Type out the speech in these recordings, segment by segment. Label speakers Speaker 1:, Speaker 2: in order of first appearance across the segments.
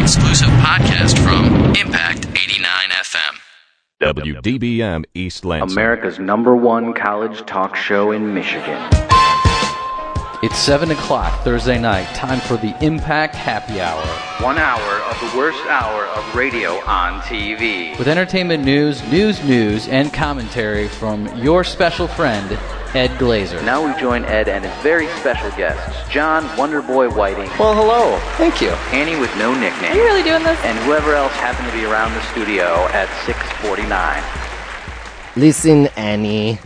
Speaker 1: exclusive podcast from Impact 89 FM.
Speaker 2: WDBM East Lansing.
Speaker 3: America's number one college talk show in Michigan.
Speaker 4: It's 7 o'clock Thursday night, time for the Impact Happy Hour.
Speaker 3: One hour of the worst hour of radio on TV.
Speaker 4: With entertainment news, news, news, and commentary from your special friend, Ed Glazer.
Speaker 3: Now we join Ed and his very special guests, John Wonderboy Whiting,
Speaker 4: well, hello. Thank you.
Speaker 3: Annie with no
Speaker 5: Are you
Speaker 3: nickname,
Speaker 5: really doing this?
Speaker 3: and whoever else happened to be around the studio at 649.
Speaker 6: Listen, Annie.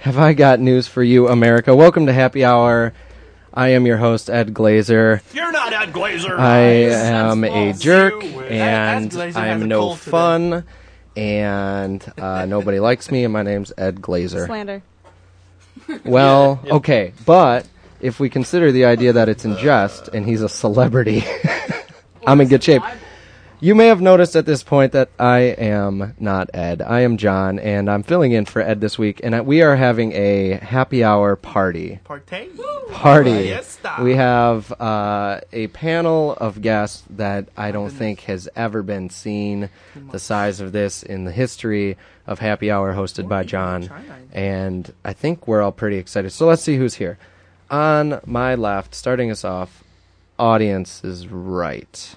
Speaker 6: Have I got news for you, America? Welcome to Happy Hour. I am your host, Ed Glazer.
Speaker 7: You're not Ed Glazer.
Speaker 6: I am a
Speaker 7: false.
Speaker 6: jerk,
Speaker 7: You were-
Speaker 6: and
Speaker 7: Ed Glazer has a
Speaker 6: I'm no
Speaker 7: cold today.
Speaker 6: fun, and uh, nobody likes me, and my name's Ed Glazer.
Speaker 5: Slander.
Speaker 6: Well, okay, but if we consider the idea that it's in jest and he's a celebrity, I'm in good shape. You may have noticed at this point that I am not Ed. I am John, and I'm filling in for Ed this week, and we are having a happy hour party.
Speaker 7: Partey.
Speaker 6: Party.
Speaker 7: Fiesta.
Speaker 6: We have uh, a panel of guests that I don't think has ever been seen the size of this in the history of Happy Hour hosted by John. And I think we're all pretty excited. So let's see who's here. On my left, starting us off, audience is right.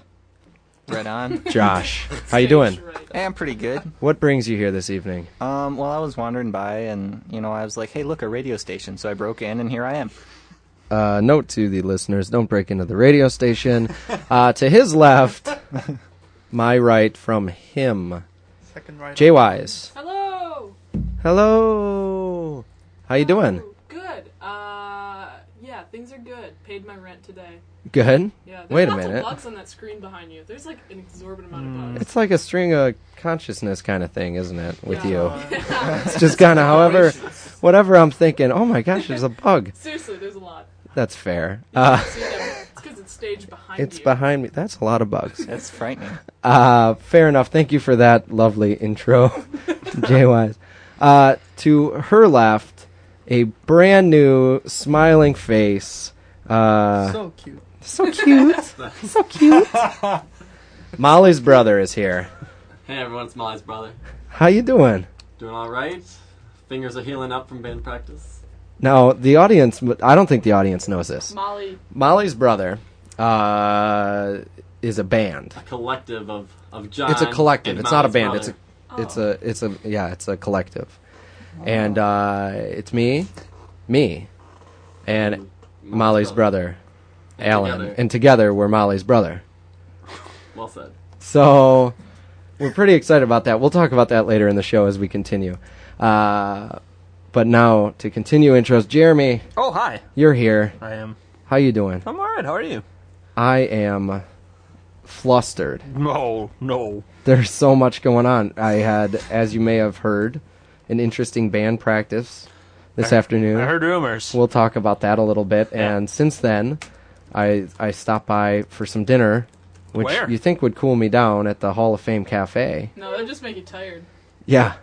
Speaker 8: Right on.
Speaker 6: Josh, how you doing?
Speaker 8: Hey, I'm pretty good.
Speaker 6: What brings you here this evening?
Speaker 8: Um, well, I was wandering by, and you know, I was like, "Hey, look, a radio station!" So I broke in, and here I am.
Speaker 6: Uh, note to the listeners: don't break into the radio station. Uh, to his left, my right from him,
Speaker 7: Second right.
Speaker 6: Jay Wise.
Speaker 9: Hello.
Speaker 6: Hello. How you doing?
Speaker 9: Good. Uh, yeah, things are good. Paid my rent today.
Speaker 6: Good.
Speaker 9: Yeah. There's
Speaker 6: Wait a
Speaker 9: lots Of
Speaker 6: minute.
Speaker 9: bugs on that screen behind you. There's like an exorbitant amount of bugs.
Speaker 6: It's like a string of consciousness kind of thing, isn't it? With you,
Speaker 9: Yeah.
Speaker 6: it's just kind of however, whatever I'm thinking. Oh my gosh, there's a bug.
Speaker 9: Seriously, there's a lot.
Speaker 6: That's fair. Uh,
Speaker 9: So, you know, it's because it's staged behind
Speaker 6: it's
Speaker 9: you.
Speaker 6: behind me. That's a lot of bugs.
Speaker 8: That's frightening.
Speaker 6: Uh, fair enough. Thank you for that lovely intro, Jay Wise. Uh, to her left, a brand new smiling face. Uh,
Speaker 7: So cute.
Speaker 6: so cute. so cute. Molly's brother is here.
Speaker 10: Hey everyone, it's Molly's brother.
Speaker 6: How you doing?
Speaker 10: Doing all right. Fingers are healing up from band practice.
Speaker 6: Now, the audience, I don't think the audience knows this.
Speaker 9: Molly.
Speaker 6: Molly's brother uh, is a band.
Speaker 10: A collective of of John.
Speaker 6: it's a collective.
Speaker 10: and
Speaker 6: It's not a
Speaker 10: Molly's
Speaker 6: band.
Speaker 10: brother.
Speaker 6: It's a it's a it's a yeah, it's a collective. And uh, it's me, me, and Molly's brother, Alan,
Speaker 10: together.
Speaker 6: and together we're Molly's brother.
Speaker 10: Well said.
Speaker 6: So we're pretty excited about that. We'll talk about that later in the show as we continue. Uh, but now to continue intros, Jeremy,
Speaker 8: Oh, hi.
Speaker 6: you're here.
Speaker 7: I am.
Speaker 6: How you doing?
Speaker 8: I'm all right. How are you?
Speaker 6: I am flustered.
Speaker 7: No, no.
Speaker 6: there's so much going on. I had, as you may have heard, an interesting band practice this afternoon.
Speaker 7: I heard rumors.
Speaker 6: We'll talk about that a little bit. And since then, I I stopped by for some dinner, which
Speaker 7: Where?
Speaker 6: you think would cool me down at the Hall of Fame Cafe.
Speaker 9: No, that'll just make you tired.
Speaker 6: Yeah,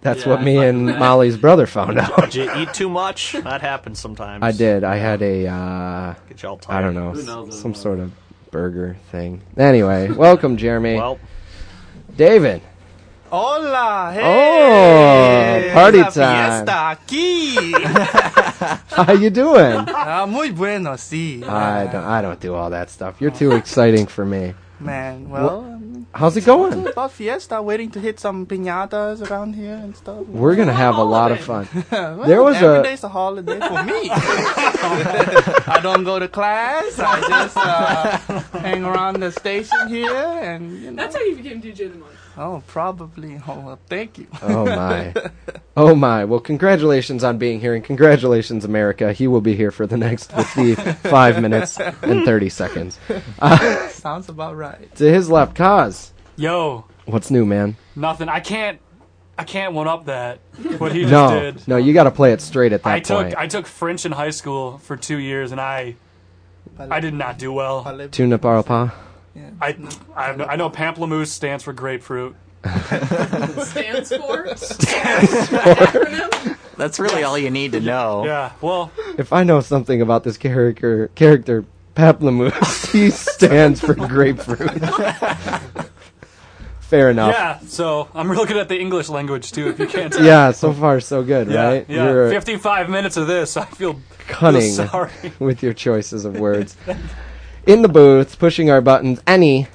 Speaker 6: that's
Speaker 10: Yeah,
Speaker 6: what me
Speaker 10: I-
Speaker 6: and Molly's brother found out.
Speaker 7: Did you eat too much? That happens sometimes.
Speaker 6: I did. I had a uh,
Speaker 7: Get y'all tired.
Speaker 6: I don't know
Speaker 10: Who knows
Speaker 6: some
Speaker 10: anymore?
Speaker 6: sort of burger thing. Anyway, welcome Jeremy,
Speaker 7: Well,
Speaker 6: David.
Speaker 7: hola.
Speaker 6: hey, Oh, party es la time.
Speaker 7: Fiesta aquí.
Speaker 6: How you doing?
Speaker 7: ah, muy bueno, sí.
Speaker 6: I don't, I don't do all that stuff. You're too exciting for me.
Speaker 7: Man,
Speaker 6: well, How's it going?
Speaker 7: about fiesta, waiting to hit some piñatas around here and stuff.
Speaker 6: We're gonna have a lot of fun. There was
Speaker 7: Every
Speaker 6: a
Speaker 7: day's a holiday for me. I don't go to class. I just uh, hang around the station here, and you know.
Speaker 9: That's how you became DJ of the month.
Speaker 7: Oh, probably. Oh, well, thank you.
Speaker 6: oh my, oh my. Well, congratulations on being here, and congratulations, America. He will be here for the next 55 minutes and 30 seconds.
Speaker 7: Sounds about right.
Speaker 6: To his left, Kaz.
Speaker 11: Yo,
Speaker 6: What's new, man?
Speaker 11: nothing. I can't. I can't one up that. What he just
Speaker 6: No,
Speaker 11: did.
Speaker 6: no, you got to play it straight at that
Speaker 11: I took
Speaker 6: point.
Speaker 11: I took French in high school for two years, and I I did not do well.
Speaker 6: Tuna parapa.
Speaker 11: I I, have no- I know pamplemousse stands for grapefruit.
Speaker 9: Stands for.
Speaker 8: That's really all you need to know.
Speaker 11: Yeah. Well,
Speaker 6: If I know something about this character, character Paplamoose, G stands for grapefruit. Fair enough.
Speaker 11: Yeah, so I'm looking at the English language too, if you can't tell.
Speaker 6: Yeah, so far so good, right?
Speaker 11: yeah.
Speaker 6: You're
Speaker 11: 55 minutes of this, I feel
Speaker 6: cunning
Speaker 11: Feel sorry.
Speaker 6: with your choices of words. In the booth, pushing our buttons. Annie,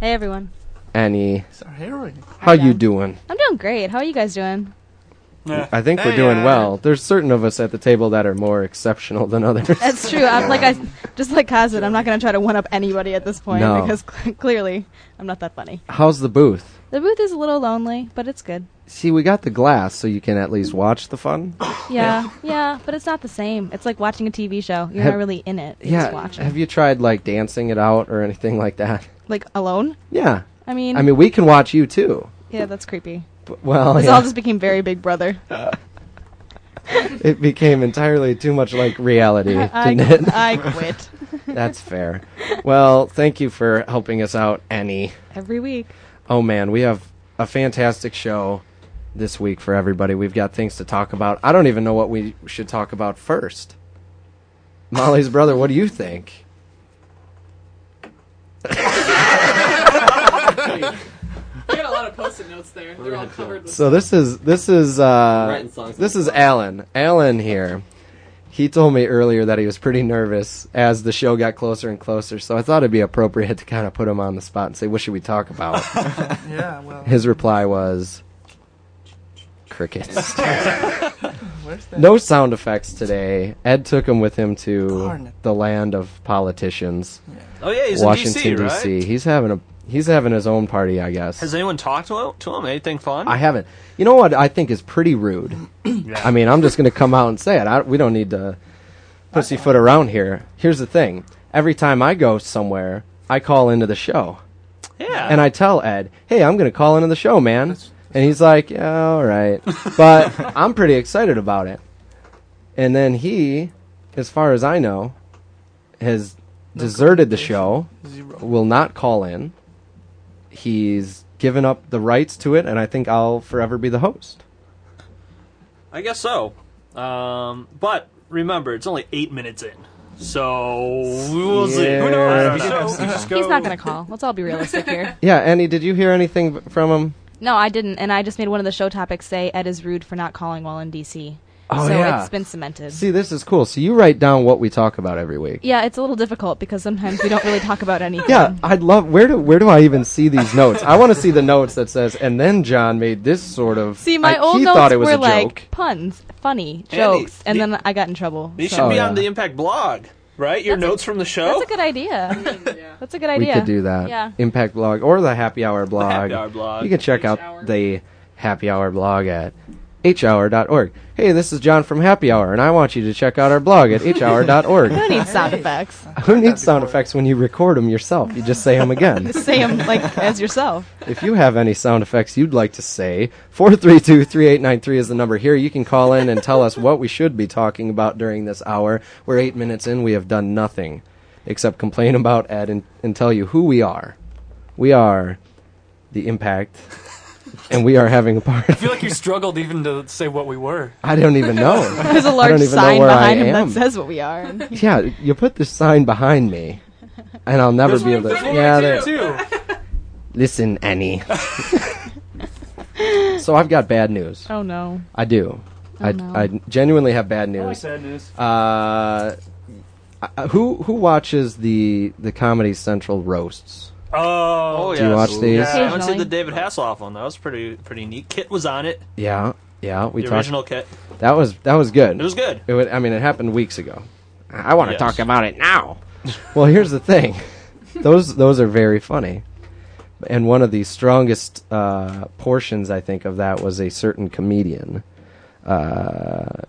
Speaker 5: Hey everyone.
Speaker 6: Annie,
Speaker 7: Our heroine.
Speaker 6: how you doing?
Speaker 5: I'm doing great. How are you guys doing?
Speaker 6: I think we're
Speaker 7: Hey,
Speaker 6: doing
Speaker 7: uh,
Speaker 6: well. There's certain of us at the table that are more exceptional than others.
Speaker 5: That's true. I'm like I just like Kazid, I'm not going to try to one up anybody at this point
Speaker 6: No.
Speaker 5: because cl- clearly I'm not that funny.
Speaker 6: How's the booth?
Speaker 5: The booth is a little lonely, but it's good.
Speaker 6: See, we got the glass, so you can at least watch the fun.
Speaker 5: Yeah. yeah, but it's not the same. It's like watching a TV show. You're
Speaker 6: Have-
Speaker 5: not really in it. You're
Speaker 6: yeah.
Speaker 5: just watching.
Speaker 6: Have you tried like dancing it out or anything like that?
Speaker 5: like alone?
Speaker 6: Yeah.
Speaker 5: I mean,
Speaker 6: I mean, we can watch you too.
Speaker 5: yeah, that's creepy.
Speaker 6: But, well,
Speaker 5: this
Speaker 6: yeah,
Speaker 5: all just became very big brother.
Speaker 6: it became entirely too much like reality,
Speaker 5: I,
Speaker 6: didn't it?
Speaker 5: I quit
Speaker 6: That's fair. Well, thank you for helping us out, Annie.
Speaker 5: every week.
Speaker 6: Oh man, we have a fantastic show this week for everybody. We've got things to talk about. I don't even know what we should talk about first. Molly's brother, what do you think?
Speaker 9: I got a lot of post-it notes there. They're all covered with.
Speaker 6: So this is this is uh,
Speaker 10: Writing songs
Speaker 6: this
Speaker 10: in
Speaker 6: is
Speaker 10: the
Speaker 6: Alan. Alan here. He told me earlier that he was pretty nervous as the show got closer and closer. So I thought it'd be appropriate to kind of put him on the spot and say, "What should we talk about?"
Speaker 7: Yeah, well,
Speaker 6: His reply was crickets.
Speaker 7: where's that?
Speaker 6: No sound effects today. Ed took him with him to
Speaker 7: Garnet.
Speaker 6: the land of politicians,
Speaker 12: Oh yeah, he's
Speaker 6: Washington
Speaker 12: in DC, right?
Speaker 6: D.C. He's having a he's having his own party, I guess.
Speaker 12: Has anyone talked to him? To him? Anything fun?
Speaker 6: I haven't. You know what I think is pretty rude. I mean, I'm just going to come out and say it. I, we don't need to pussyfoot around here. Here's the thing: every time I go somewhere, I call into the show
Speaker 12: yeah.
Speaker 6: and I tell Ed, "Hey, I'm going to call into the show, man." and he's like, "Yeah, all right," but I'm pretty excited about it. And then he, as far as I know, has deserted the show.
Speaker 7: Zero.
Speaker 6: Will not call in. He's given up the rights to it, and I think I'll forever be the host.
Speaker 12: I guess so. Um, but remember, it's only eight minutes in, so we will see. Who knows?
Speaker 6: Yeah.
Speaker 12: We just- we just go-
Speaker 5: He's not going to call. Let's all be realistic here.
Speaker 6: Yeah, Annie, did you hear anything b- from him?
Speaker 5: No, I didn't, and I just made one of the show topics say Ed is rude for not calling while in DC.
Speaker 6: Oh,
Speaker 5: so
Speaker 6: yeah.
Speaker 5: it's been cemented.
Speaker 6: See, this is cool. So you write down what we talk about every week.
Speaker 5: yeah, it's a little difficult because sometimes we don't really talk about anything.
Speaker 6: Yeah, I'd love. Where do where do I even see these notes? I want to see the notes that says, and then John made this sort of.
Speaker 5: See, my
Speaker 6: I-
Speaker 5: old
Speaker 6: he
Speaker 5: notes
Speaker 6: thought it was
Speaker 5: were
Speaker 6: a
Speaker 5: like
Speaker 6: joke.
Speaker 5: puns, funny
Speaker 12: Andy,
Speaker 5: jokes, and
Speaker 12: the-
Speaker 5: then I got in trouble.
Speaker 12: These
Speaker 5: So-
Speaker 12: should be
Speaker 6: Oh, yeah.
Speaker 12: on the Impact blog, right? Your notes from the show.
Speaker 5: That's a good idea. That's a good
Speaker 6: We
Speaker 5: idea.
Speaker 6: could do that.
Speaker 5: Yeah.
Speaker 6: Impact blog or the Happy Hour blog.
Speaker 12: Happy Hour blog.
Speaker 6: You can check out the Happy Hour blog at hhour.org. Hey, this is John from Happy Hour, and I want you to check out our blog at hhour.org.
Speaker 5: Who needs sound effects?
Speaker 6: Who needs sound effects when you record them yourself? You just say them again.
Speaker 5: Say 'em, like as yourself.
Speaker 6: If you have any sound effects you'd like to say, 432 3893 is the number here. You can call in and tell us what we should be talking about during this hour. We're eight minutes in. We have done nothing except complain about Ed and, and tell you who we are. We are the impact, and we are having a
Speaker 11: I
Speaker 6: party.
Speaker 11: feel like you struggled even to say what we were.
Speaker 6: I don't even know.
Speaker 5: There's a large
Speaker 6: don't even know
Speaker 5: sign
Speaker 6: where I
Speaker 5: behind him
Speaker 6: am.
Speaker 5: that says what we are. and-
Speaker 6: Yeah, you put this sign behind me, and I'll never be able to. Yeah, there-
Speaker 11: Too.
Speaker 6: listen, Annie. so I've got bad news.
Speaker 5: Oh no.
Speaker 6: I do. I,
Speaker 5: no.
Speaker 6: I genuinely have bad news.
Speaker 12: Oh,
Speaker 11: Sad news.
Speaker 6: Uh, uh, who who watches the the Comedy Central roasts?
Speaker 11: Oh,
Speaker 12: Oh yeah.
Speaker 6: Do you watch these?
Speaker 12: Yeah, I haven't seen
Speaker 5: Occasionally.
Speaker 12: the David Hasselhoff one. That was pretty pretty neat. Kit was on it.
Speaker 6: Yeah, yeah. We
Speaker 12: The
Speaker 6: talked.
Speaker 12: original Kit.
Speaker 6: That was that was good.
Speaker 12: It was good.
Speaker 6: It wa- I mean, it happened weeks ago. I want to
Speaker 12: Yes.
Speaker 6: talk about it now. well, here's the thing. Those those are very funny. And one of the strongest uh, portions, I think, of that was a certain comedian. Uh,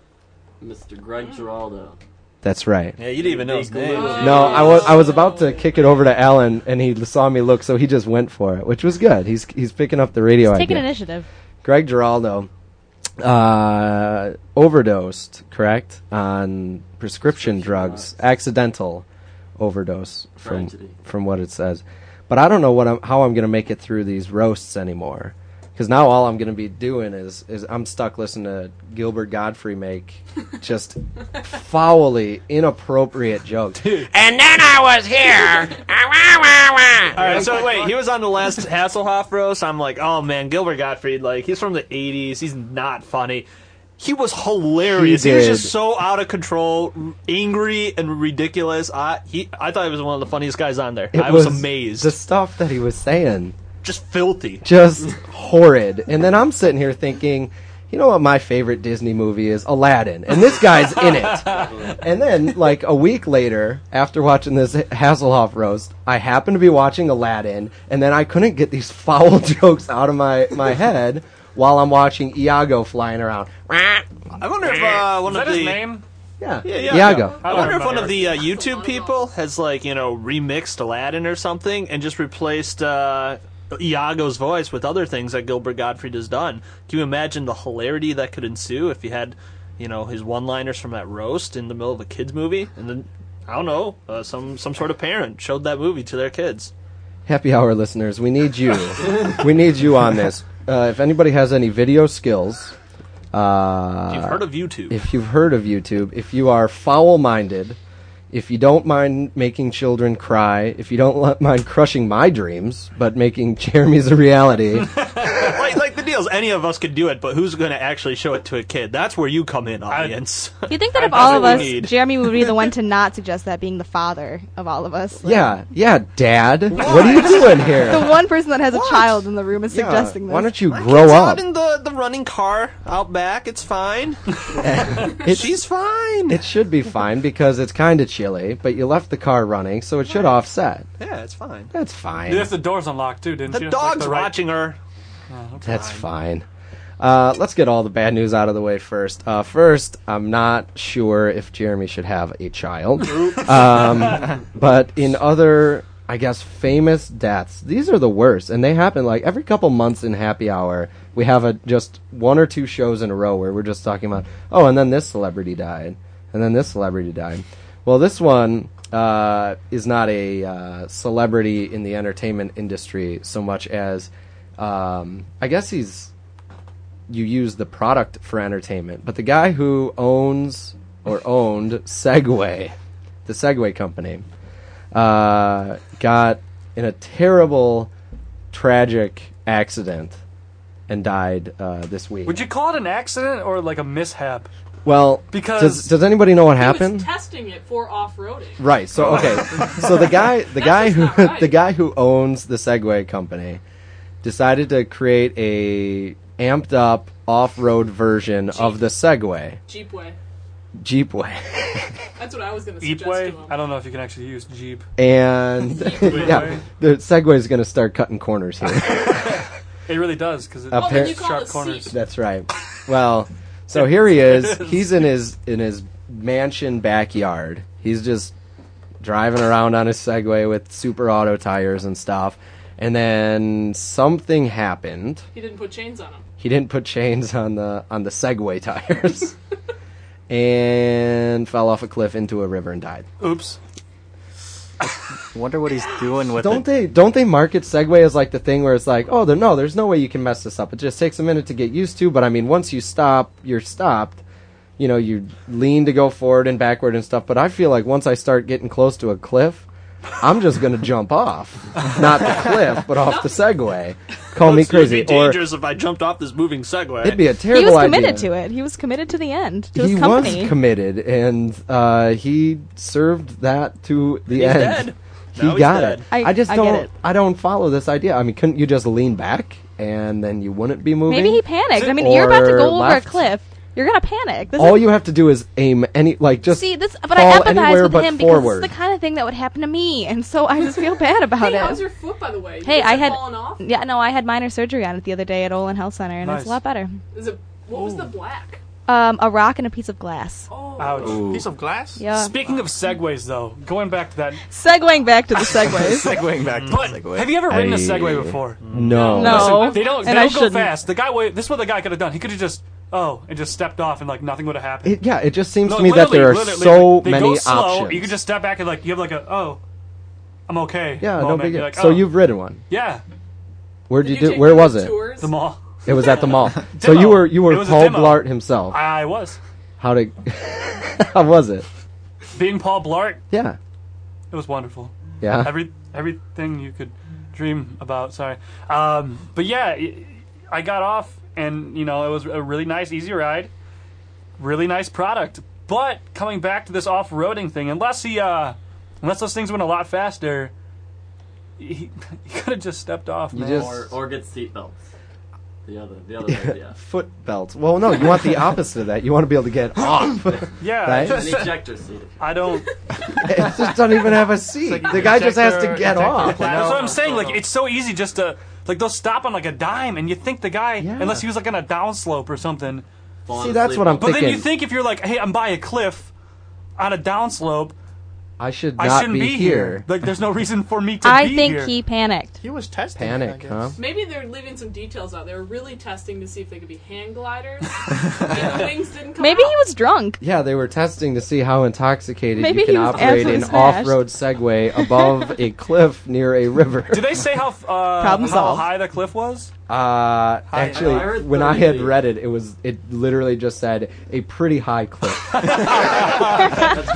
Speaker 10: Mr. Greg Giraldo.
Speaker 6: that's right.
Speaker 12: Yeah, you didn't Mm. even know his
Speaker 10: Big
Speaker 12: name.
Speaker 10: Lou.
Speaker 6: No, I was I was about to kick it over to Alan, and he saw me look, so he just went for it, which was good. He's he's picking up the radio
Speaker 5: Take an
Speaker 6: idea.
Speaker 5: initiative.
Speaker 6: Greg Giraldo uh, overdosed, correct, on prescription drugs, accidental overdose from
Speaker 10: Tragedy.
Speaker 6: from what it says. But I don't know what I'm, how I'm going to make it through these roasts anymore because now all I'm going to be doing is is I'm stuck listening to Gilbert Godfrey make just foully inappropriate jokes.
Speaker 13: And then I was here.
Speaker 12: All right, so wait, he was on the last Hasselhoff roast. I'm like, oh man, Gilbert Gottfried, like he's from the '80s. He's not funny. He was hilarious.
Speaker 6: He
Speaker 12: He, was
Speaker 6: did.
Speaker 12: just so out of control, r- angry and ridiculous. I he, I thought he was one of the funniest guys on there.
Speaker 6: It
Speaker 12: I was, amazed,
Speaker 6: The stuff that he was saying,
Speaker 12: just filthy.
Speaker 6: just horrid. And then I'm sitting here thinking, you know what my favorite Disney movie is? Aladdin. And this guy's in it. And then, like a week later, after watching this Hasselhoff roast, I happened to be watching Aladdin, and then I couldn't get these foul jokes out of my, my head while I'm watching Iago flying around.
Speaker 12: I wonder if uh, one
Speaker 11: Is
Speaker 12: of
Speaker 11: that
Speaker 12: the
Speaker 11: his name?
Speaker 6: Yeah.
Speaker 12: Yeah,
Speaker 6: Iago.
Speaker 12: I wonder if one of the uh, YouTube people has like you know remixed Aladdin or something and just replaced uh, Iago's voice with other things that Gilbert Gottfried has done. Can you imagine the hilarity that could ensue if he had you know his one-liners from that roast in the middle of a kids movie and then I don't know uh, some some sort of parent showed that movie to their kids.
Speaker 6: Happy hour listeners, we need you. we need you on this. Uh, if anybody has any video skills, uh,
Speaker 12: If you've heard of YouTube.
Speaker 6: If you've heard of YouTube, if you are foul minded, if you don't mind making children cry, if you don't li- mind crushing my dreams, but making Jeremy's a reality,
Speaker 12: like, like the deals, any of us could do it, but who's going to actually show it to a kid? That's where you come in, audience.
Speaker 5: You think that of
Speaker 12: That's
Speaker 5: all of
Speaker 12: what
Speaker 5: us,
Speaker 12: we need.
Speaker 5: Jeremy would be the one to not suggest that being the father of all of us. Like,
Speaker 6: yeah, yeah, Dad, what are you doing here?
Speaker 5: The one person that has a child in the room is
Speaker 6: Yeah,
Speaker 5: suggesting this.
Speaker 6: Why don't you grow up?
Speaker 12: in the, the running car out back. It's fine. She's fine.
Speaker 6: It should be fine because it's kind of chilly, but you left the car running, so it should offset.
Speaker 12: Yeah, it's fine.
Speaker 6: That's fine.
Speaker 11: You left the doors unlocked too, didn't
Speaker 12: The
Speaker 11: you? Like
Speaker 12: dog's
Speaker 11: right-
Speaker 12: watching her.
Speaker 6: That's fine. Uh, let's get all the bad news out of the way first. Uh, first, I'm not sure if Jeremy should have a child. Um, but in other, I guess, famous deaths, these are the worst, and they happen like every couple months in Happy Hour. We have a just one or two shows in a row where we're just talking about, oh, and then this celebrity died, and then this celebrity died. Well, this one uh, is not a uh, celebrity in the entertainment industry so much as, um, I guess he's you use the product for entertainment. But the guy who owns or owned Segway, the Segway company, uh, got in a terrible, tragic accident and died uh, this week.
Speaker 11: Would you call it an accident or like a mishap?
Speaker 6: well,
Speaker 11: Because-
Speaker 6: does, does anybody know what
Speaker 9: He was
Speaker 6: happened?
Speaker 9: testing it for off-roading.
Speaker 6: Right. So okay. so the guy, the guy who, the guy who owns the Segway company, decided to create a amped up off-road version of the Segway
Speaker 9: Jeep way.
Speaker 6: Jeepway.
Speaker 9: That's what I was gonna suggest
Speaker 11: Jeepway?
Speaker 9: to him.
Speaker 11: I don't know if you can actually use Jeep.
Speaker 6: And
Speaker 11: Wait,
Speaker 6: yeah,
Speaker 11: wait.
Speaker 6: the Segway is going to start cutting corners here.
Speaker 11: It really does because it
Speaker 6: Appar-
Speaker 11: it's sharp corners.
Speaker 6: That's right. Well, so here he is. He's in his in his mansion backyard. He's just driving around on his Segway with super auto tires and stuff. And then something happened.
Speaker 9: He didn't put chains on him.
Speaker 6: He didn't put chains on the on the Segway tires. and fell off a cliff into a river and died.
Speaker 12: Oops.
Speaker 8: Wonder what he's doing with
Speaker 6: don't
Speaker 8: it.
Speaker 6: they don't they market Segway as like the thing where it's like, oh, there, no, there's no way you can mess this up. It just takes a minute to get used to, but I mean, once you stop, you're stopped. You know, you lean to go forward and backward and stuff. But I feel like once I start getting close to a cliff, I'm just gonna jump off, not the cliff, but off the Segway. Call me
Speaker 12: Oops, it'd
Speaker 6: crazy,
Speaker 12: be
Speaker 6: or
Speaker 12: dangerous if I jumped off this moving Segway.
Speaker 6: it'd be a
Speaker 5: he
Speaker 6: terrible
Speaker 5: was
Speaker 6: idea.
Speaker 5: committed to it. He was committed to the end. To
Speaker 6: he
Speaker 5: his company.
Speaker 6: was committed, and uh, he served that to the
Speaker 5: He's
Speaker 6: end.
Speaker 5: dead.
Speaker 6: He
Speaker 5: Now he's
Speaker 6: got
Speaker 5: dead.
Speaker 6: it.
Speaker 5: I-
Speaker 6: just
Speaker 5: I get
Speaker 6: don't.
Speaker 5: it.
Speaker 6: I don't follow this idea. I mean, couldn't you just lean back and then you wouldn't be moving?
Speaker 5: Maybe he panicked. I mean, you're about to
Speaker 6: Or
Speaker 5: go over
Speaker 6: left.
Speaker 5: a cliff. You're gonna panic. This
Speaker 6: All
Speaker 5: is,
Speaker 6: you have to do is aim any like just
Speaker 5: see this, but
Speaker 6: fall
Speaker 5: I empathize
Speaker 6: anywhere
Speaker 5: with
Speaker 6: but
Speaker 5: him
Speaker 6: forward.
Speaker 5: because it's the kind of thing that would happen to me, and so I just feel bad about
Speaker 9: hey,
Speaker 5: it.
Speaker 9: how's your foot, by the way? You
Speaker 5: hey,
Speaker 9: guys
Speaker 5: I
Speaker 9: have
Speaker 5: had
Speaker 9: fallen off.
Speaker 5: yeah, no, I had minor surgery on it the other day at Olin Health Center, and it's a
Speaker 9: Nice.
Speaker 5: lot better.
Speaker 9: Is it? What was the black? Oh.
Speaker 5: Um, a rock and a piece of glass.
Speaker 11: Ouch. Piece of glass?
Speaker 5: Yeah.
Speaker 11: Speaking of segways, though, going back to that.
Speaker 5: Segueing back to the segways.
Speaker 8: Segueing back to
Speaker 11: but
Speaker 8: Segway.
Speaker 11: Have you ever ridden a
Speaker 6: I-
Speaker 11: segway before?
Speaker 6: No.
Speaker 5: No.
Speaker 11: Listen, they don't, they
Speaker 5: And I
Speaker 11: don't go
Speaker 5: shouldn't.
Speaker 11: fast. The guy, wa- this is what the guy could have done. He could have just, oh, and just stepped off and like nothing would have happened.
Speaker 6: It, yeah, it just seems
Speaker 11: No,
Speaker 6: to me that there are
Speaker 11: literally, literally,
Speaker 6: so
Speaker 11: like, they
Speaker 6: many
Speaker 11: go slow,
Speaker 6: options.
Speaker 11: You can just step back and like you have like a oh, I'm okay.
Speaker 6: yeah, no
Speaker 11: moment.
Speaker 6: big
Speaker 11: You're
Speaker 6: deal.
Speaker 11: like,
Speaker 6: so
Speaker 11: oh,
Speaker 6: you've ridden one.
Speaker 11: yeah
Speaker 6: Where'd you do? Where was it?
Speaker 11: The mall.
Speaker 6: It was at the mall. so you were you were
Speaker 11: It was a
Speaker 6: Paul
Speaker 11: demo.
Speaker 6: Blart himself.
Speaker 11: I was.
Speaker 6: How did? how was it?
Speaker 11: Being Paul Blart,
Speaker 6: Yeah.
Speaker 11: it was wonderful.
Speaker 6: Yeah.
Speaker 11: Every everything you could dream about. Sorry. Um, but yeah, i- I got off, and you know it was a really nice, easy ride. Really nice product. But coming back to this off-roading thing, unless he, uh, unless those things went a lot faster, he, he could have just stepped off.
Speaker 6: You
Speaker 11: man.
Speaker 6: just-
Speaker 10: or, or get seatbelts. The other, the other way, yeah.
Speaker 6: Foot belt. Well, no, you want the opposite of that. You want to be able to get off.
Speaker 11: Yeah,
Speaker 6: Right?
Speaker 10: An ejector seat.
Speaker 11: I don't.
Speaker 6: it just doesn't even have a seat. the guy just has to get off.
Speaker 11: That's what I'm saying. Like it's so easy just to like they'll stop on like a dime, and you think the guy, unless he was like on a downslope or something.
Speaker 6: See, that's what I'm
Speaker 11: but But then
Speaker 6: thinking.
Speaker 11: you think if you're like, hey, I'm by a cliff, on a downslope,
Speaker 6: I should not
Speaker 11: I shouldn't be, here.
Speaker 6: here.
Speaker 11: Like there's no reason for me to
Speaker 5: I
Speaker 11: be
Speaker 5: think
Speaker 11: here.
Speaker 5: he panicked.
Speaker 11: He was testing.
Speaker 6: Panic, huh?
Speaker 9: Maybe they're leaving some details out. They were really testing to see if they could be hand gliders. and the wings didn't come
Speaker 5: Maybe
Speaker 9: out.
Speaker 5: he was drunk.
Speaker 6: Yeah, they were testing to see how intoxicated
Speaker 5: Maybe
Speaker 6: you can
Speaker 5: he was
Speaker 6: operate
Speaker 5: absolutely
Speaker 6: an
Speaker 5: smashed.
Speaker 6: off-road Segway above a cliff near a river.
Speaker 11: Did they say how f- uh,
Speaker 5: Problem
Speaker 11: how
Speaker 5: solved.
Speaker 11: high the cliff was?
Speaker 6: Uh, actually,
Speaker 11: I heard
Speaker 6: when I had
Speaker 11: 30.
Speaker 6: read it, it was it literally just said a pretty high cliff.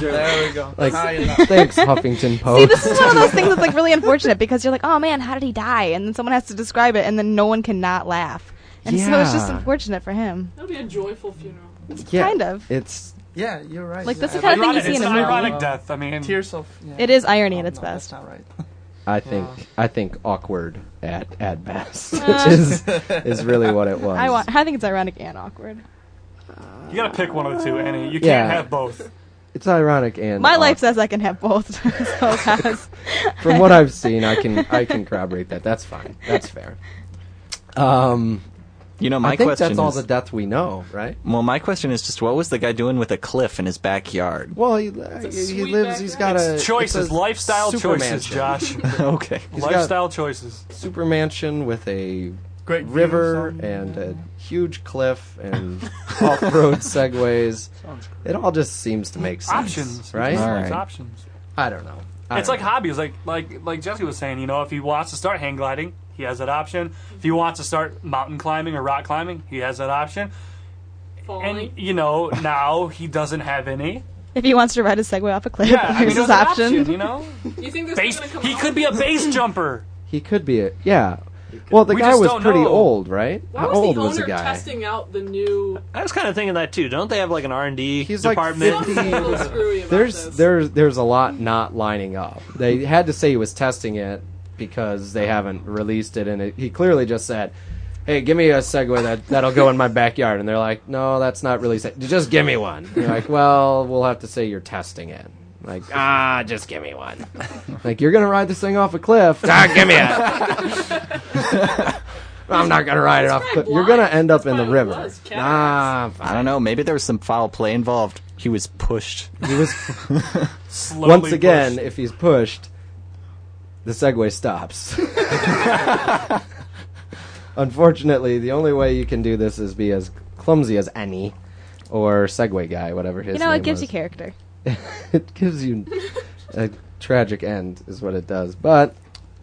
Speaker 7: There we go.
Speaker 6: Like,
Speaker 7: High enough.
Speaker 6: thanks, Huffington Post.
Speaker 5: See, this is one of those things that's like really unfortunate because you're like, oh man, how did he die? And then someone has to describe it, and then no one cannot laugh. And so it's just
Speaker 6: Yeah.
Speaker 5: unfortunate for him.
Speaker 9: That'll be a joyful funeral.
Speaker 6: Yeah,
Speaker 5: kind of.
Speaker 6: It's
Speaker 7: Yeah, you're right.
Speaker 5: Like, that's
Speaker 7: yeah,
Speaker 5: the kind of thing you
Speaker 11: Ironic-
Speaker 5: see
Speaker 11: it's
Speaker 5: in a
Speaker 11: an
Speaker 5: movie.
Speaker 11: ironic death. I mean,
Speaker 7: Tears of. Yeah.
Speaker 5: It is irony at its best.
Speaker 7: That's not right.
Speaker 6: I think I think awkward at at best, which is is really what it was.
Speaker 5: I want. I think it's ironic and awkward.
Speaker 11: you gotta pick one of the two, Annie. You can't
Speaker 6: Yeah.
Speaker 11: have both.
Speaker 6: It's ironic and
Speaker 5: My
Speaker 6: awkward.
Speaker 5: life says I can have both. so guys,
Speaker 6: uh, From what I've seen, I can I can corroborate that. That's fine. That's fair. Um,
Speaker 8: You know, my
Speaker 6: I think
Speaker 8: question
Speaker 6: that's all
Speaker 8: is-
Speaker 6: the death we know, right?
Speaker 8: Well, my question is just what was the guy doing with a cliff in his backyard?
Speaker 6: Well, he, he lives. He's got a
Speaker 11: It's choices,
Speaker 6: it's a
Speaker 11: lifestyle
Speaker 6: super
Speaker 11: choices,
Speaker 6: mansion.
Speaker 11: Josh.
Speaker 8: okay.
Speaker 6: He's got-
Speaker 11: lifestyle choices.
Speaker 6: super mansion with a
Speaker 7: Great view
Speaker 6: river
Speaker 7: of
Speaker 6: and a huge cliff and off-road segways. It all just seems to make sense,
Speaker 11: Options,
Speaker 6: right?
Speaker 11: Just lots of Options.
Speaker 6: I don't know. I
Speaker 11: it's
Speaker 6: don't
Speaker 11: like hobbies, like like like Jessica was saying. You know, if he wants to start hang gliding, he has that option. If he wants to start mountain climbing or rock climbing, he has that option.
Speaker 9: Falling.
Speaker 11: And you know, now he doesn't have any.
Speaker 5: if he wants to ride a Segway off a cliff,
Speaker 11: Yeah, I mean,
Speaker 5: here's
Speaker 11: it was
Speaker 5: his
Speaker 11: an
Speaker 5: option.
Speaker 11: option, you know,
Speaker 9: you think there's
Speaker 11: base.
Speaker 9: going to come
Speaker 11: He
Speaker 9: out?
Speaker 11: could be a base jumper.
Speaker 6: He could be a yeah. Well, the
Speaker 11: We
Speaker 6: guy
Speaker 11: just
Speaker 6: was
Speaker 11: don't
Speaker 6: pretty
Speaker 11: know.
Speaker 6: old, right?
Speaker 9: Why
Speaker 6: How
Speaker 9: was
Speaker 6: old
Speaker 9: the owner
Speaker 6: was the guy?
Speaker 9: testing out the new?
Speaker 12: I was kind of thinking that too. Don't they have like an R and D
Speaker 6: He's like
Speaker 12: department?
Speaker 9: Something's a little screwy about
Speaker 6: There's
Speaker 9: this.
Speaker 6: there's there's a lot not lining up. They had to say he was testing it because they haven't released it, and it, he clearly just said, "Hey, give me a Segway that that'll go in my backyard." And they're like, "No, that's not really. Se- just give me one." And you're like, "Well, we'll have to say you're testing it." Like, ah, just give me one. like you're gonna ride this thing off a cliff. Ah, give me it. I'm not gonna ride it off. a cliff. You're gonna end up in the river.
Speaker 9: was, cats.
Speaker 6: Nah, I'm
Speaker 8: I don't know. Maybe there was some foul play involved. He was pushed.
Speaker 6: He was
Speaker 11: Slowly
Speaker 6: once again,
Speaker 11: pushed.
Speaker 6: if he's pushed, the Segway stops. Unfortunately, the only way you can do this is be as clumsy as any or Segway guy, whatever his
Speaker 5: You know,
Speaker 6: name
Speaker 5: it gives you
Speaker 6: was.
Speaker 5: character.
Speaker 6: it gives you a tragic end, is what it does. But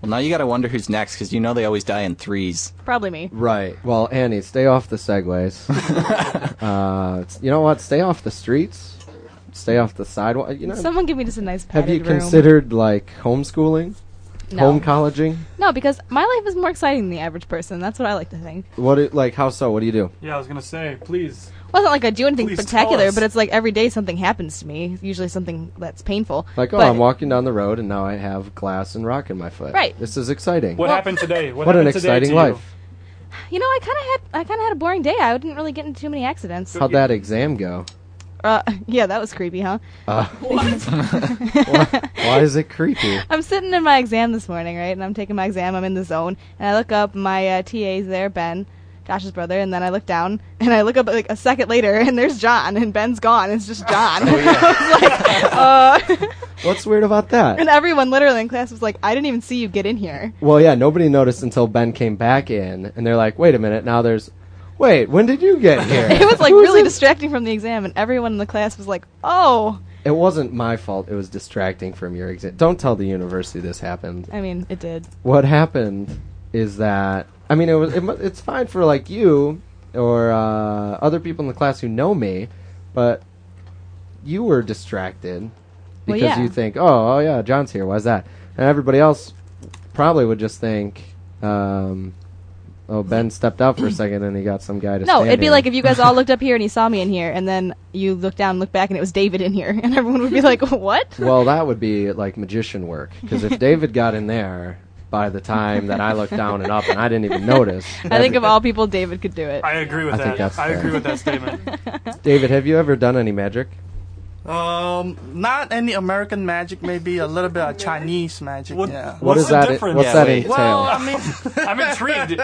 Speaker 8: Well, now you gotta wonder who's next because you know they always die in threes.
Speaker 5: Probably me.
Speaker 6: right, well, Annie, stay off the Segways. uh, you know what? Stay off the streets. Stay off the sidewalk. You know,
Speaker 5: Someone give me just a nice.
Speaker 6: have you
Speaker 5: padded room.
Speaker 6: considered like homeschooling,
Speaker 5: no.
Speaker 6: home colleging?
Speaker 5: No, because my life is more exciting than the average person. That's what I like to think.
Speaker 6: What it, like how so? What do you do?
Speaker 11: yeah, I was gonna say, please.
Speaker 5: Well, it's not like I do anything
Speaker 11: Please tell
Speaker 5: spectacular,
Speaker 11: us.
Speaker 5: but it's like every day something happens to me. Usually something that's painful.
Speaker 6: Like, oh,
Speaker 5: But-
Speaker 6: I'm walking down the road and now I have glass and rock in my foot.
Speaker 5: Right.
Speaker 6: This is exciting.
Speaker 11: What happened today? What,
Speaker 6: What an
Speaker 11: happened today
Speaker 6: exciting
Speaker 11: to
Speaker 6: life.
Speaker 5: You know, I kind of had I kind of had a boring day. I didn't really get into too many accidents.
Speaker 6: How'd that exam go?
Speaker 5: Uh, yeah, that was creepy, huh?
Speaker 6: Uh, why, why is it creepy?
Speaker 5: I'm sitting in my exam this morning, right? And I'm taking my exam. I'm in the zone, and I look up. My uh, TA's there, Ben, Josh's brother, and then I look down, and I look up like a second later, and there's John, and Ben's gone. It's just John. I was like, uh,
Speaker 6: What's weird about that?
Speaker 5: and everyone literally in class was like, "I didn't even see you get in here."
Speaker 6: Well, yeah, nobody noticed until Ben came back in, and they're like, wait a minute, now there's. Wait, when did you get
Speaker 5: It
Speaker 6: here?
Speaker 5: was like really distracting from the exam, and everyone in the class was like, "Oh."
Speaker 6: it wasn't my fault. It was distracting from your exam. Don't tell the university this happened.
Speaker 5: I mean, it did.
Speaker 6: What happened is that I mean, it was it, mu- it's fine for like you or uh, other people in the class who know me, but you were distracted
Speaker 14: Well,
Speaker 6: because
Speaker 14: yeah.
Speaker 6: you think, oh, oh yeah, John's here. Why's that? And everybody else probably would just think, um, oh, Ben stepped out for a second and he got some guy to.
Speaker 5: No,
Speaker 6: stand
Speaker 5: it'd be
Speaker 6: here.
Speaker 5: like if you guys all looked up here and you saw me in here, and then you looked down and looked back and it was David in here, and everyone would be like, what?
Speaker 6: well, that would be like magician work because if David got in there by the time that I looked down and up and I didn't even notice,
Speaker 5: I think of all people, David could do it.
Speaker 11: I agree with
Speaker 6: I
Speaker 11: that.
Speaker 6: think that's
Speaker 11: I
Speaker 6: fair.
Speaker 11: agree with that statement.
Speaker 6: David, have you ever done any magic?
Speaker 7: Um, not any American magic, maybe a little bit of Chinese magic. yeah.
Speaker 6: what What's does the that- difference? what's that entail?
Speaker 7: Well, I mean, I'm intrigued.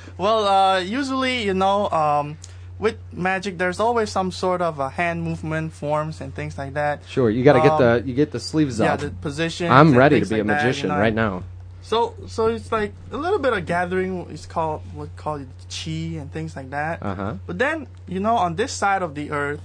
Speaker 7: well, uh, usually, you know, um, with magic, there's always some sort of uh, hand movement, forms, and things like that.
Speaker 6: Sure, you got to get
Speaker 7: Um,
Speaker 6: the you get the sleeves
Speaker 7: yeah,
Speaker 6: up.
Speaker 7: the positions
Speaker 6: I'm
Speaker 7: and
Speaker 6: ready to
Speaker 7: things
Speaker 6: be a
Speaker 7: like that, you
Speaker 6: magician
Speaker 7: know.
Speaker 6: right now.
Speaker 7: So, so it's like a little bit of gathering. It's called what called chi and things like that.
Speaker 6: Uh-huh.
Speaker 7: But then, you know, on this side of the earth,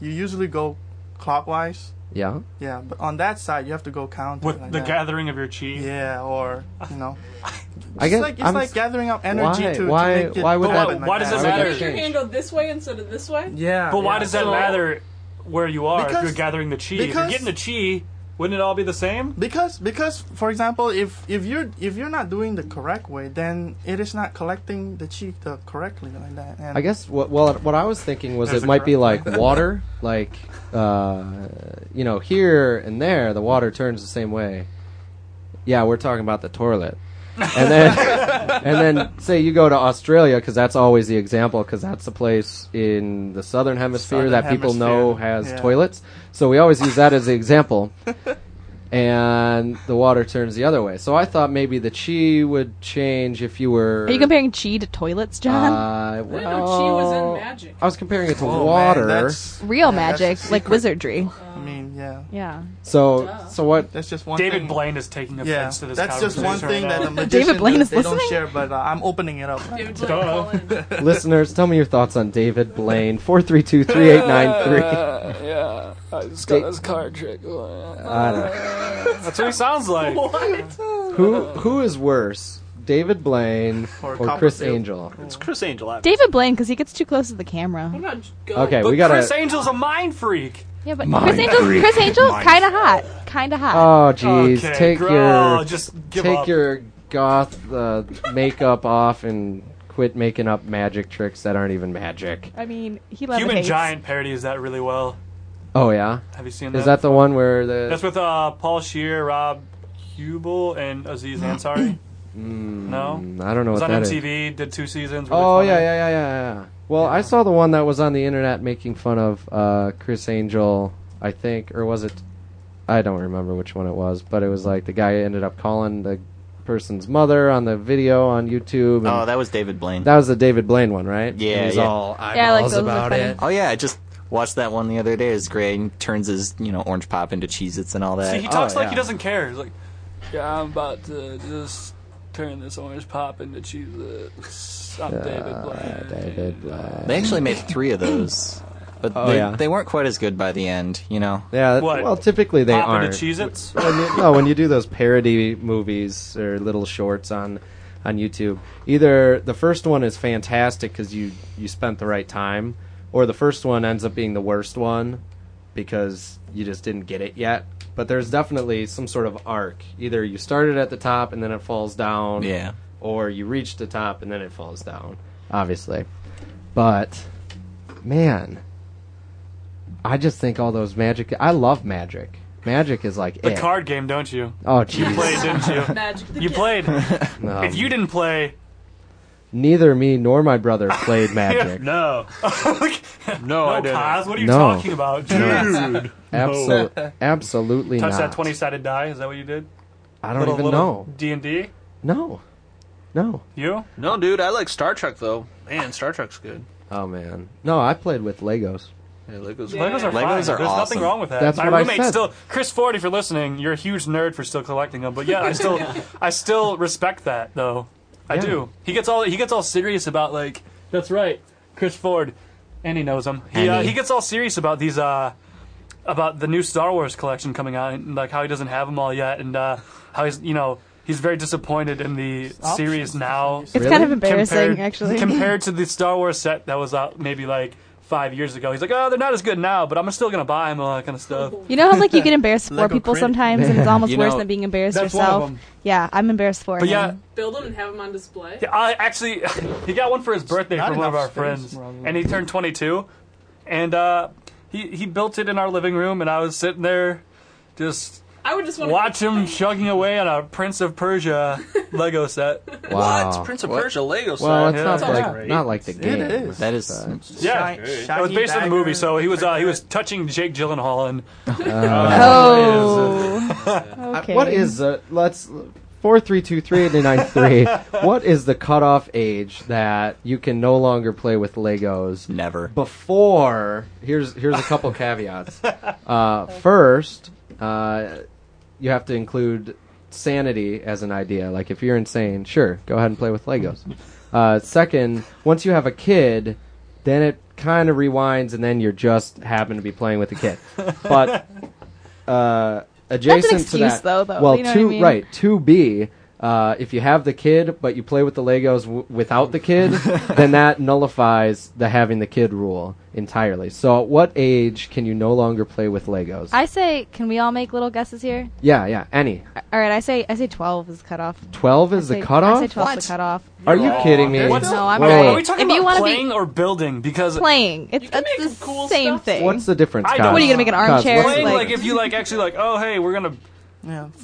Speaker 7: you usually go clockwise.
Speaker 6: Yeah.
Speaker 7: Yeah, but on that side, you have to go counter.
Speaker 11: With
Speaker 7: like
Speaker 11: the
Speaker 7: that.
Speaker 11: gathering of your chi.
Speaker 7: Yeah, or you know,
Speaker 6: I
Speaker 7: it's
Speaker 6: guess-
Speaker 7: like it's
Speaker 6: I'm
Speaker 7: like
Speaker 6: s-
Speaker 7: gathering up energy
Speaker 6: why-
Speaker 7: to, to
Speaker 6: why-
Speaker 7: make it
Speaker 6: why would
Speaker 7: go
Speaker 6: that-
Speaker 7: up and
Speaker 11: why
Speaker 7: like
Speaker 11: does
Speaker 7: that.
Speaker 11: it matter?
Speaker 9: Put your hand go this way instead of this way?
Speaker 7: Yeah.
Speaker 11: But why does that
Speaker 7: So-
Speaker 11: matter where you are if
Speaker 7: Because-
Speaker 11: you're gathering the chi? if
Speaker 7: because-
Speaker 11: you're getting the chi, wouldn't it all be the same?
Speaker 7: Because because for example, if if you're if you're not doing the correct way, then it is not collecting the chi the correctly like that. And
Speaker 6: I guess what well what I was thinking was
Speaker 7: There's
Speaker 6: it
Speaker 7: a
Speaker 6: might be
Speaker 7: correct
Speaker 6: like
Speaker 7: way.
Speaker 6: water, like uh, you know here and there the water turns the same way. Yeah, we're talking about the toilet. and then, and then, say you go to Australia because that's always the example because that's the place in the southern hemisphere
Speaker 14: Southern
Speaker 6: that people know
Speaker 14: hemisphere,
Speaker 6: has
Speaker 14: yeah.
Speaker 6: toilets. So we always use that as the example. and the water turns the other way. So I thought maybe the chi would change if you were.
Speaker 5: Are you comparing chi to toilets, John?
Speaker 6: Uh,
Speaker 5: I
Speaker 6: well,
Speaker 5: didn't know chi was in magic.
Speaker 6: Oh. I was comparing it to
Speaker 7: Oh, man,
Speaker 6: water.
Speaker 7: that's-
Speaker 5: Real
Speaker 7: yeah, that's
Speaker 5: magic,
Speaker 7: just
Speaker 5: like
Speaker 7: secret.
Speaker 5: wizardry.
Speaker 7: I mean, yeah.
Speaker 5: Yeah.
Speaker 6: so, so what?
Speaker 7: That's just one.
Speaker 11: David
Speaker 7: thing.
Speaker 11: Blaine is taking offense
Speaker 7: yeah,
Speaker 11: to this
Speaker 7: that's just one
Speaker 11: conversation
Speaker 7: thing
Speaker 11: right
Speaker 7: that the
Speaker 11: now.
Speaker 7: magician
Speaker 11: David Blaine
Speaker 7: does-
Speaker 11: is
Speaker 7: they
Speaker 11: listening?
Speaker 7: don't share, but uh, I'm opening it up.
Speaker 6: Listeners, tell me your thoughts on David Blaine. 432 3893.
Speaker 15: yeah, I just
Speaker 6: got
Speaker 15: got this
Speaker 6: this
Speaker 15: card trick.
Speaker 6: I don't know.
Speaker 11: That's what he sounds like.
Speaker 6: Who, who is worse, David Blaine or, Chris
Speaker 11: Copperfield.
Speaker 6: Angel?
Speaker 12: It's Chris Angel. I-
Speaker 5: David Blaine, because he gets too close to the camera.
Speaker 6: Okay,
Speaker 11: but
Speaker 6: we gotta-
Speaker 11: Chris Angel's a mind freak.
Speaker 5: Yeah, but
Speaker 6: Mind
Speaker 5: Chris Angel,
Speaker 6: freak.
Speaker 5: Chris Angel,
Speaker 11: Mind
Speaker 5: kind of hot, kind of hot.
Speaker 11: Uh,
Speaker 6: Oh, jeez.
Speaker 11: Okay,
Speaker 6: take
Speaker 11: girl,
Speaker 6: your
Speaker 11: just give
Speaker 6: take
Speaker 11: up.
Speaker 6: your goth uh, makeup off and quit making up magic tricks that aren't even magic.
Speaker 5: I mean, he levitates.
Speaker 11: Human Giant parodies that really well.
Speaker 6: Oh yeah.
Speaker 11: Have you seen
Speaker 6: Is
Speaker 11: that
Speaker 6: that the one where the?
Speaker 11: That's with uh, Paul Shear, Rob Hubel, and Aziz Ansari. no,
Speaker 6: Hmm, I don't know
Speaker 11: It was
Speaker 6: what
Speaker 11: on
Speaker 6: that is.
Speaker 11: MTV. Did two seasons. really
Speaker 6: Oh
Speaker 11: funny.
Speaker 6: yeah, yeah, yeah, yeah, yeah. Well, I saw the one that was on the internet making fun of uh, Chris Angel, I think, or was it? I don't remember which one it was, but it was like the guy ended up calling the person's mother on the video on YouTube. and-
Speaker 8: Oh, that was David Blaine.
Speaker 6: that was the David Blaine one, right? And
Speaker 8: Yeah,
Speaker 6: he's
Speaker 8: yeah.
Speaker 6: all eyeballs
Speaker 5: Yeah, I like those, those are
Speaker 6: about
Speaker 5: funny.
Speaker 6: it.
Speaker 8: Oh yeah, I just watched that one the other day. It's great. And turns his you know orange pop into Cheez-Its and all that.
Speaker 11: See, he talks
Speaker 6: Oh,
Speaker 11: like he doesn't care. He's like,
Speaker 15: Yeah, I'm about to just turn this orange pop into cheese. I'm David Blaine.
Speaker 6: David Blaine.
Speaker 8: They actually made three of those, but
Speaker 6: Oh,
Speaker 8: they,
Speaker 6: yeah.
Speaker 8: they weren't quite as good by the end. You know.
Speaker 6: Yeah. that- Well, typically they
Speaker 11: Pop into
Speaker 6: aren't.
Speaker 11: Cheez-Its?
Speaker 6: When you, no, when you do those parody movies or little shorts on on YouTube, either the first one is fantastic because you you spent the right time, or the first one ends up being the worst one because you just didn't get it yet. But there's definitely some sort of arc. Either you started at the top and then it falls down,
Speaker 8: Yeah.
Speaker 6: or you reach the top and then it falls down. Obviously, but man. I just think all those magic. I love magic. Magic is like
Speaker 11: the
Speaker 6: it.
Speaker 11: card game, don't you?
Speaker 6: Oh, jeez.
Speaker 11: You played, didn't you?
Speaker 9: Magic the
Speaker 11: you played.
Speaker 6: No.
Speaker 11: If you didn't play,
Speaker 6: Neither me nor my brother played magic.
Speaker 11: no, no, I didn't. Kaz, what are you
Speaker 6: No.
Speaker 11: talking about,
Speaker 6: No.
Speaker 11: dude?
Speaker 6: Absol- absolutely
Speaker 11: Touch
Speaker 6: not.
Speaker 11: that twenty-sided die. Is that what you did?
Speaker 6: I don't
Speaker 11: Little-
Speaker 6: even
Speaker 11: little
Speaker 6: know.
Speaker 11: D and D.
Speaker 6: No, no,
Speaker 11: You?
Speaker 12: No, dude, I like Star Trek though. Man, Star Trek's good.
Speaker 6: oh man, no. I played with Legos.
Speaker 12: Yeah, Legos,
Speaker 11: Legos are fine. There's nothing wrong with that.
Speaker 6: That's
Speaker 11: My
Speaker 6: what I
Speaker 11: roommate
Speaker 6: said.
Speaker 11: still Chris Ford, if you're listening, you're a huge nerd for still collecting them. But yeah, I still I still respect that though. I
Speaker 12: Yeah.
Speaker 11: do. He gets all he gets all serious about like that's right, Chris Ford, and he knows him. He
Speaker 12: And
Speaker 11: uh,
Speaker 12: he-
Speaker 11: he gets all serious about these uh about the new Star Wars collection coming out and like how he doesn't have them all yet and uh how he's you know. he's very disappointed in the series now.
Speaker 5: It's kind of embarrassing, actually.
Speaker 11: compared to the Star Wars set that was out maybe like five years ago. He's like, oh, they're not as good now, but I'm still gonna buy them and all that kind of stuff.
Speaker 5: You know how like you get embarrassed for
Speaker 11: Lego
Speaker 5: people
Speaker 11: critic.
Speaker 5: sometimes, and it's almost
Speaker 11: You
Speaker 5: worse
Speaker 11: know,
Speaker 5: than being embarrassed
Speaker 11: that's one of
Speaker 5: yourself.
Speaker 11: them.
Speaker 5: Yeah, I'm embarrassed for
Speaker 11: But
Speaker 5: him.
Speaker 11: yeah,
Speaker 9: Build them and have them on display.
Speaker 11: Yeah, I actually he got one for his birthday
Speaker 9: Not
Speaker 11: from one of
Speaker 9: enough
Speaker 11: our
Speaker 9: space,
Speaker 11: friends,
Speaker 9: Robin.
Speaker 11: and he turned 22, and uh, he he built it in our living room, and I was sitting there, just
Speaker 9: I would just want
Speaker 11: watch him chugging away on a Prince of Persia Lego set.
Speaker 6: Wow.
Speaker 11: What
Speaker 12: Prince of Persia
Speaker 6: Well,
Speaker 12: Lego
Speaker 11: set?
Speaker 6: it's
Speaker 11: Yeah.
Speaker 6: not
Speaker 11: That's
Speaker 6: like
Speaker 11: alright.
Speaker 6: not like the
Speaker 11: It
Speaker 6: game.
Speaker 11: is.
Speaker 6: That is.
Speaker 11: Yeah,
Speaker 6: Shiny-
Speaker 11: it was
Speaker 6: shiny
Speaker 11: based on the
Speaker 6: dagger,
Speaker 11: movie, so he was uh, he was touching Jake Gyllenhaal and.
Speaker 5: Oh.
Speaker 6: Uh, What is uh, let's four three two three eight nine three? What is the cutoff age that you can no longer play with Legos?
Speaker 8: Never.
Speaker 6: Before here's here's a couple caveats. Uh, first, uh, you have to include sanity as an idea. Like if you're insane, sure, go ahead and play with Legos. Uh, second, once you have a kid, then it kind of rewinds, and then you're just happen to be playing with a kid. But uh, adjacent to
Speaker 5: excuse,
Speaker 6: that,
Speaker 5: though, though,
Speaker 6: well,
Speaker 5: you know what I
Speaker 6: two
Speaker 5: mean?
Speaker 6: right to be. Uh, if you have the kid, but you play with the Legos w- without the kid, then that nullifies the having the kid rule entirely. So, at what age can you no longer play with Legos?
Speaker 5: I say, can we all make little guesses here?
Speaker 6: yeah, yeah, any.
Speaker 5: All right, I say, I say twelve is cut off.
Speaker 6: 12 is
Speaker 5: I
Speaker 6: the
Speaker 5: say-
Speaker 6: cutoff?
Speaker 5: I say 12 is the cutoff.
Speaker 6: Are you
Speaker 11: Aw,
Speaker 6: kidding me?
Speaker 11: What's,
Speaker 5: No, I'm
Speaker 11: wait,
Speaker 5: not.
Speaker 11: Are we talking
Speaker 5: If you
Speaker 11: about
Speaker 5: wanna be-
Speaker 11: playing or building? Because
Speaker 5: Playing. It's, it's the same thing.
Speaker 6: What's the difference?
Speaker 11: I
Speaker 6: Kyle?
Speaker 11: don't-
Speaker 5: What are you gonna make an armchair?
Speaker 11: Playing,
Speaker 5: Like-
Speaker 11: like, if you like actually like, oh hey, we're gonna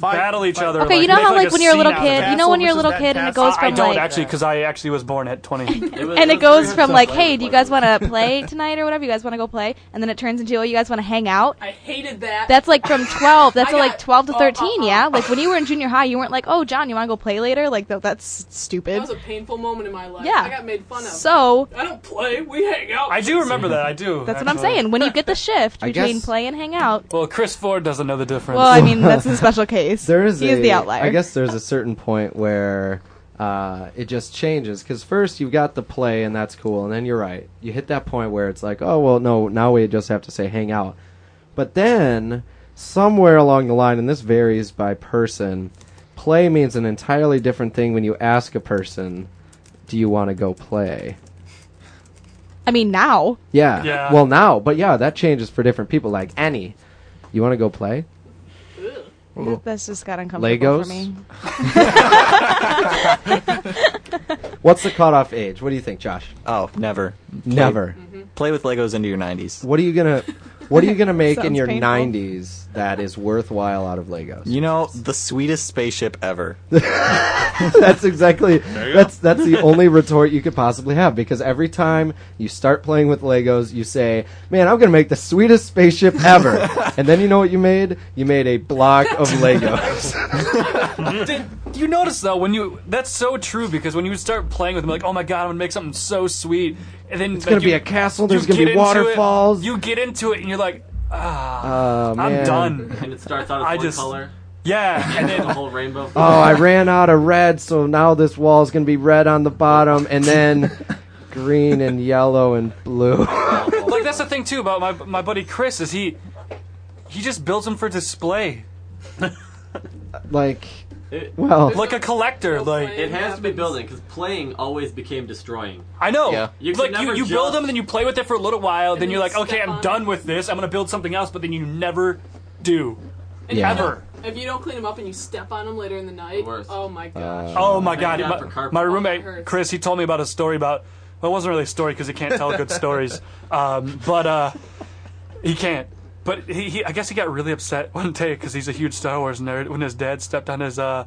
Speaker 11: battle each other.
Speaker 5: Okay, you know
Speaker 11: make,
Speaker 5: how, like,
Speaker 11: a
Speaker 5: when you're a
Speaker 11: scene
Speaker 5: little
Speaker 11: out of
Speaker 5: kid-
Speaker 11: it.
Speaker 5: you know when you're a little kid and it goes
Speaker 11: I, I
Speaker 5: from,
Speaker 11: don't
Speaker 5: like- uh,
Speaker 11: actually because I actually was born at 20.
Speaker 5: and it goes from like, hey, do you guys want to play tonight or whatever? You guys want to go play? And then it turns into, oh, you guys want to hang out?
Speaker 9: I hated that.
Speaker 5: That's like from 12. That's
Speaker 9: I
Speaker 5: like
Speaker 9: got-
Speaker 5: 12 to
Speaker 9: oh,
Speaker 5: 13,
Speaker 9: uh-uh.
Speaker 5: yeah? Like when you were in junior high, you weren't like, oh, John, you want to go play later? Like, th- that's
Speaker 9: That
Speaker 5: stupid.
Speaker 9: was a painful moment in my life.
Speaker 5: Yeah.
Speaker 9: I got made fun of.
Speaker 5: So-
Speaker 9: I don't play. We hang out.
Speaker 11: I do remember that. I do.
Speaker 5: That's what I'm saying. When you get the shift
Speaker 11: I
Speaker 5: between
Speaker 11: guess-
Speaker 5: play and hang out.
Speaker 11: Well, Chris Ford doesn't know the difference.
Speaker 5: Well, I mean, that's a special case.
Speaker 6: There is
Speaker 5: he is
Speaker 6: a-
Speaker 5: the outlier.
Speaker 6: I guess there's a certain point where uh, it just changes because first you've got the play and that's cool, and then you're right. You hit that point where it's like, oh well, no, now we just have to say hang out. But then somewhere along the line, and this varies by person, play means an entirely different thing when you ask a person, "Do you want to go play?"
Speaker 5: I mean, now.
Speaker 6: Yeah.
Speaker 5: Yeah.
Speaker 6: Well, now, but yeah, that changes for different people. Like Annie, you want to go play? Ooh.
Speaker 5: That's just got uncomfortable for
Speaker 6: Legos?
Speaker 5: me.
Speaker 6: What's the cutoff age? What do you think, Josh?
Speaker 8: Oh, never. Play-
Speaker 6: Never.
Speaker 8: Play with Legos into your 90s.
Speaker 6: What are you gonna What are you gonna make in
Speaker 8: Sounds
Speaker 6: your
Speaker 8: painful.
Speaker 6: nineties that is worthwhile out of Legos?
Speaker 8: You know, the sweetest spaceship ever.
Speaker 6: that's exactly
Speaker 8: There you go.
Speaker 6: that's that's the only retort you could possibly have because every time you start playing with Legos, you say, "Man, I'm gonna make the sweetest spaceship ever," and then you know what you made? You made a block of Legos.
Speaker 11: Did you notice though when you that's so true because when you start playing with them like oh my god I'm gonna make something so sweet and then
Speaker 6: It's
Speaker 11: like,
Speaker 6: gonna
Speaker 11: you-
Speaker 6: be a castle,
Speaker 11: you
Speaker 6: there's gonna be
Speaker 11: get into it-
Speaker 6: waterfalls.
Speaker 11: you get into it and you're like ah
Speaker 6: Oh,
Speaker 11: I'm
Speaker 6: man.
Speaker 11: done
Speaker 10: And it starts out as
Speaker 11: I
Speaker 10: one
Speaker 11: just
Speaker 10: color.
Speaker 11: yeah and then
Speaker 10: the whole rainbow.
Speaker 6: Oh, I ran out of red, so now this wall is going to be red on the bottom, and then green and yellow and blue.
Speaker 11: like that's the thing too about my my buddy Chris is he he just builds them for display
Speaker 6: like,
Speaker 10: It-
Speaker 6: well,
Speaker 11: like a collector like
Speaker 10: It has to be building because playing always became destroying.
Speaker 11: I know.
Speaker 10: Yeah. You
Speaker 11: like
Speaker 10: can
Speaker 11: you,
Speaker 10: never
Speaker 11: you build
Speaker 10: just-
Speaker 11: them, then you play with it for a little while, then
Speaker 10: And
Speaker 11: you're
Speaker 10: you
Speaker 11: like, okay,
Speaker 10: step on
Speaker 11: I'm
Speaker 10: it.
Speaker 11: done with this. I'm gonna build something else, but then you never do,
Speaker 10: Yeah.
Speaker 11: ever.
Speaker 9: If you don't clean them up and you step on them later in the night, oh my gosh.
Speaker 11: oh my
Speaker 9: Thank
Speaker 11: god,
Speaker 9: for
Speaker 11: my,
Speaker 9: carpet.
Speaker 11: my
Speaker 9: Oh, it
Speaker 11: roommate
Speaker 9: hurts.
Speaker 11: Chris, he told me about a story about. Well, it wasn't really a story because he can't tell good stories, um, but uh, he can't. But he, he, I guess he got really upset one day because he's a huge Star Wars nerd when his dad stepped on his uh,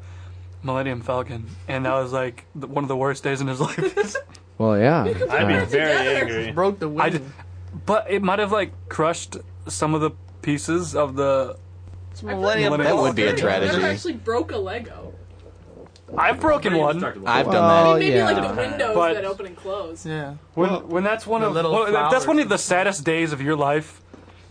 Speaker 11: Millennium Falcon, and that was like the, one of the worst days in his life.
Speaker 6: well, yeah.
Speaker 11: I'd be
Speaker 6: Uh,
Speaker 11: very angry.
Speaker 7: Broke the
Speaker 11: I d- but it might have like crushed some of the pieces of the.
Speaker 9: Millennium
Speaker 11: Millennium
Speaker 8: That would be a
Speaker 11: Falcon.
Speaker 9: I never
Speaker 8: tragedy.
Speaker 9: actually broke a Lego.
Speaker 11: I've broken one.
Speaker 8: I've done that.
Speaker 9: I mean, maybe like the windows
Speaker 11: But
Speaker 9: that open and close.
Speaker 7: Yeah.
Speaker 11: when, when that's one
Speaker 7: the
Speaker 11: of
Speaker 7: little
Speaker 11: one- that's
Speaker 7: flowers.
Speaker 11: one of the saddest days of your life,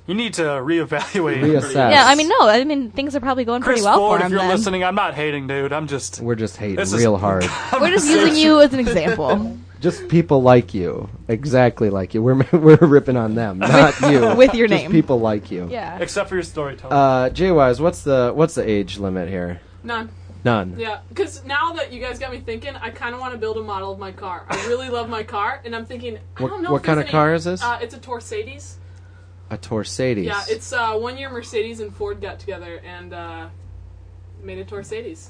Speaker 11: you need to reevaluate.
Speaker 6: Reassess.
Speaker 5: Yeah, I mean, no. I mean, things are probably going
Speaker 11: Chris
Speaker 5: pretty well
Speaker 11: Ford,
Speaker 5: for him
Speaker 11: if you're
Speaker 5: then.
Speaker 11: listening, I'm not hating, dude. I'm just
Speaker 6: we're just hating
Speaker 11: This is-
Speaker 6: real hard.
Speaker 5: We're just using you as an example.
Speaker 6: Just people like you, exactly like you. We're we're ripping on them, not you.
Speaker 5: With your
Speaker 6: Just
Speaker 5: name.
Speaker 6: people like you.
Speaker 5: Yeah.
Speaker 11: except for your storytelling.
Speaker 6: Uh, J-wise, what's the what's the age limit here?
Speaker 9: None.
Speaker 6: None.
Speaker 9: Yeah, because now that you guys got me thinking, I kind of want to build a model of my car. I really love my car, and I'm thinking, I
Speaker 6: What-
Speaker 9: don't know
Speaker 6: what
Speaker 9: if
Speaker 6: kind
Speaker 9: there's
Speaker 6: of
Speaker 9: any-
Speaker 6: car is this?
Speaker 9: Uh, it's a Torsadis.
Speaker 6: A Torsadis.
Speaker 9: Yeah, it's uh, one year Mercedes and Ford got together and uh, made a Torsadis.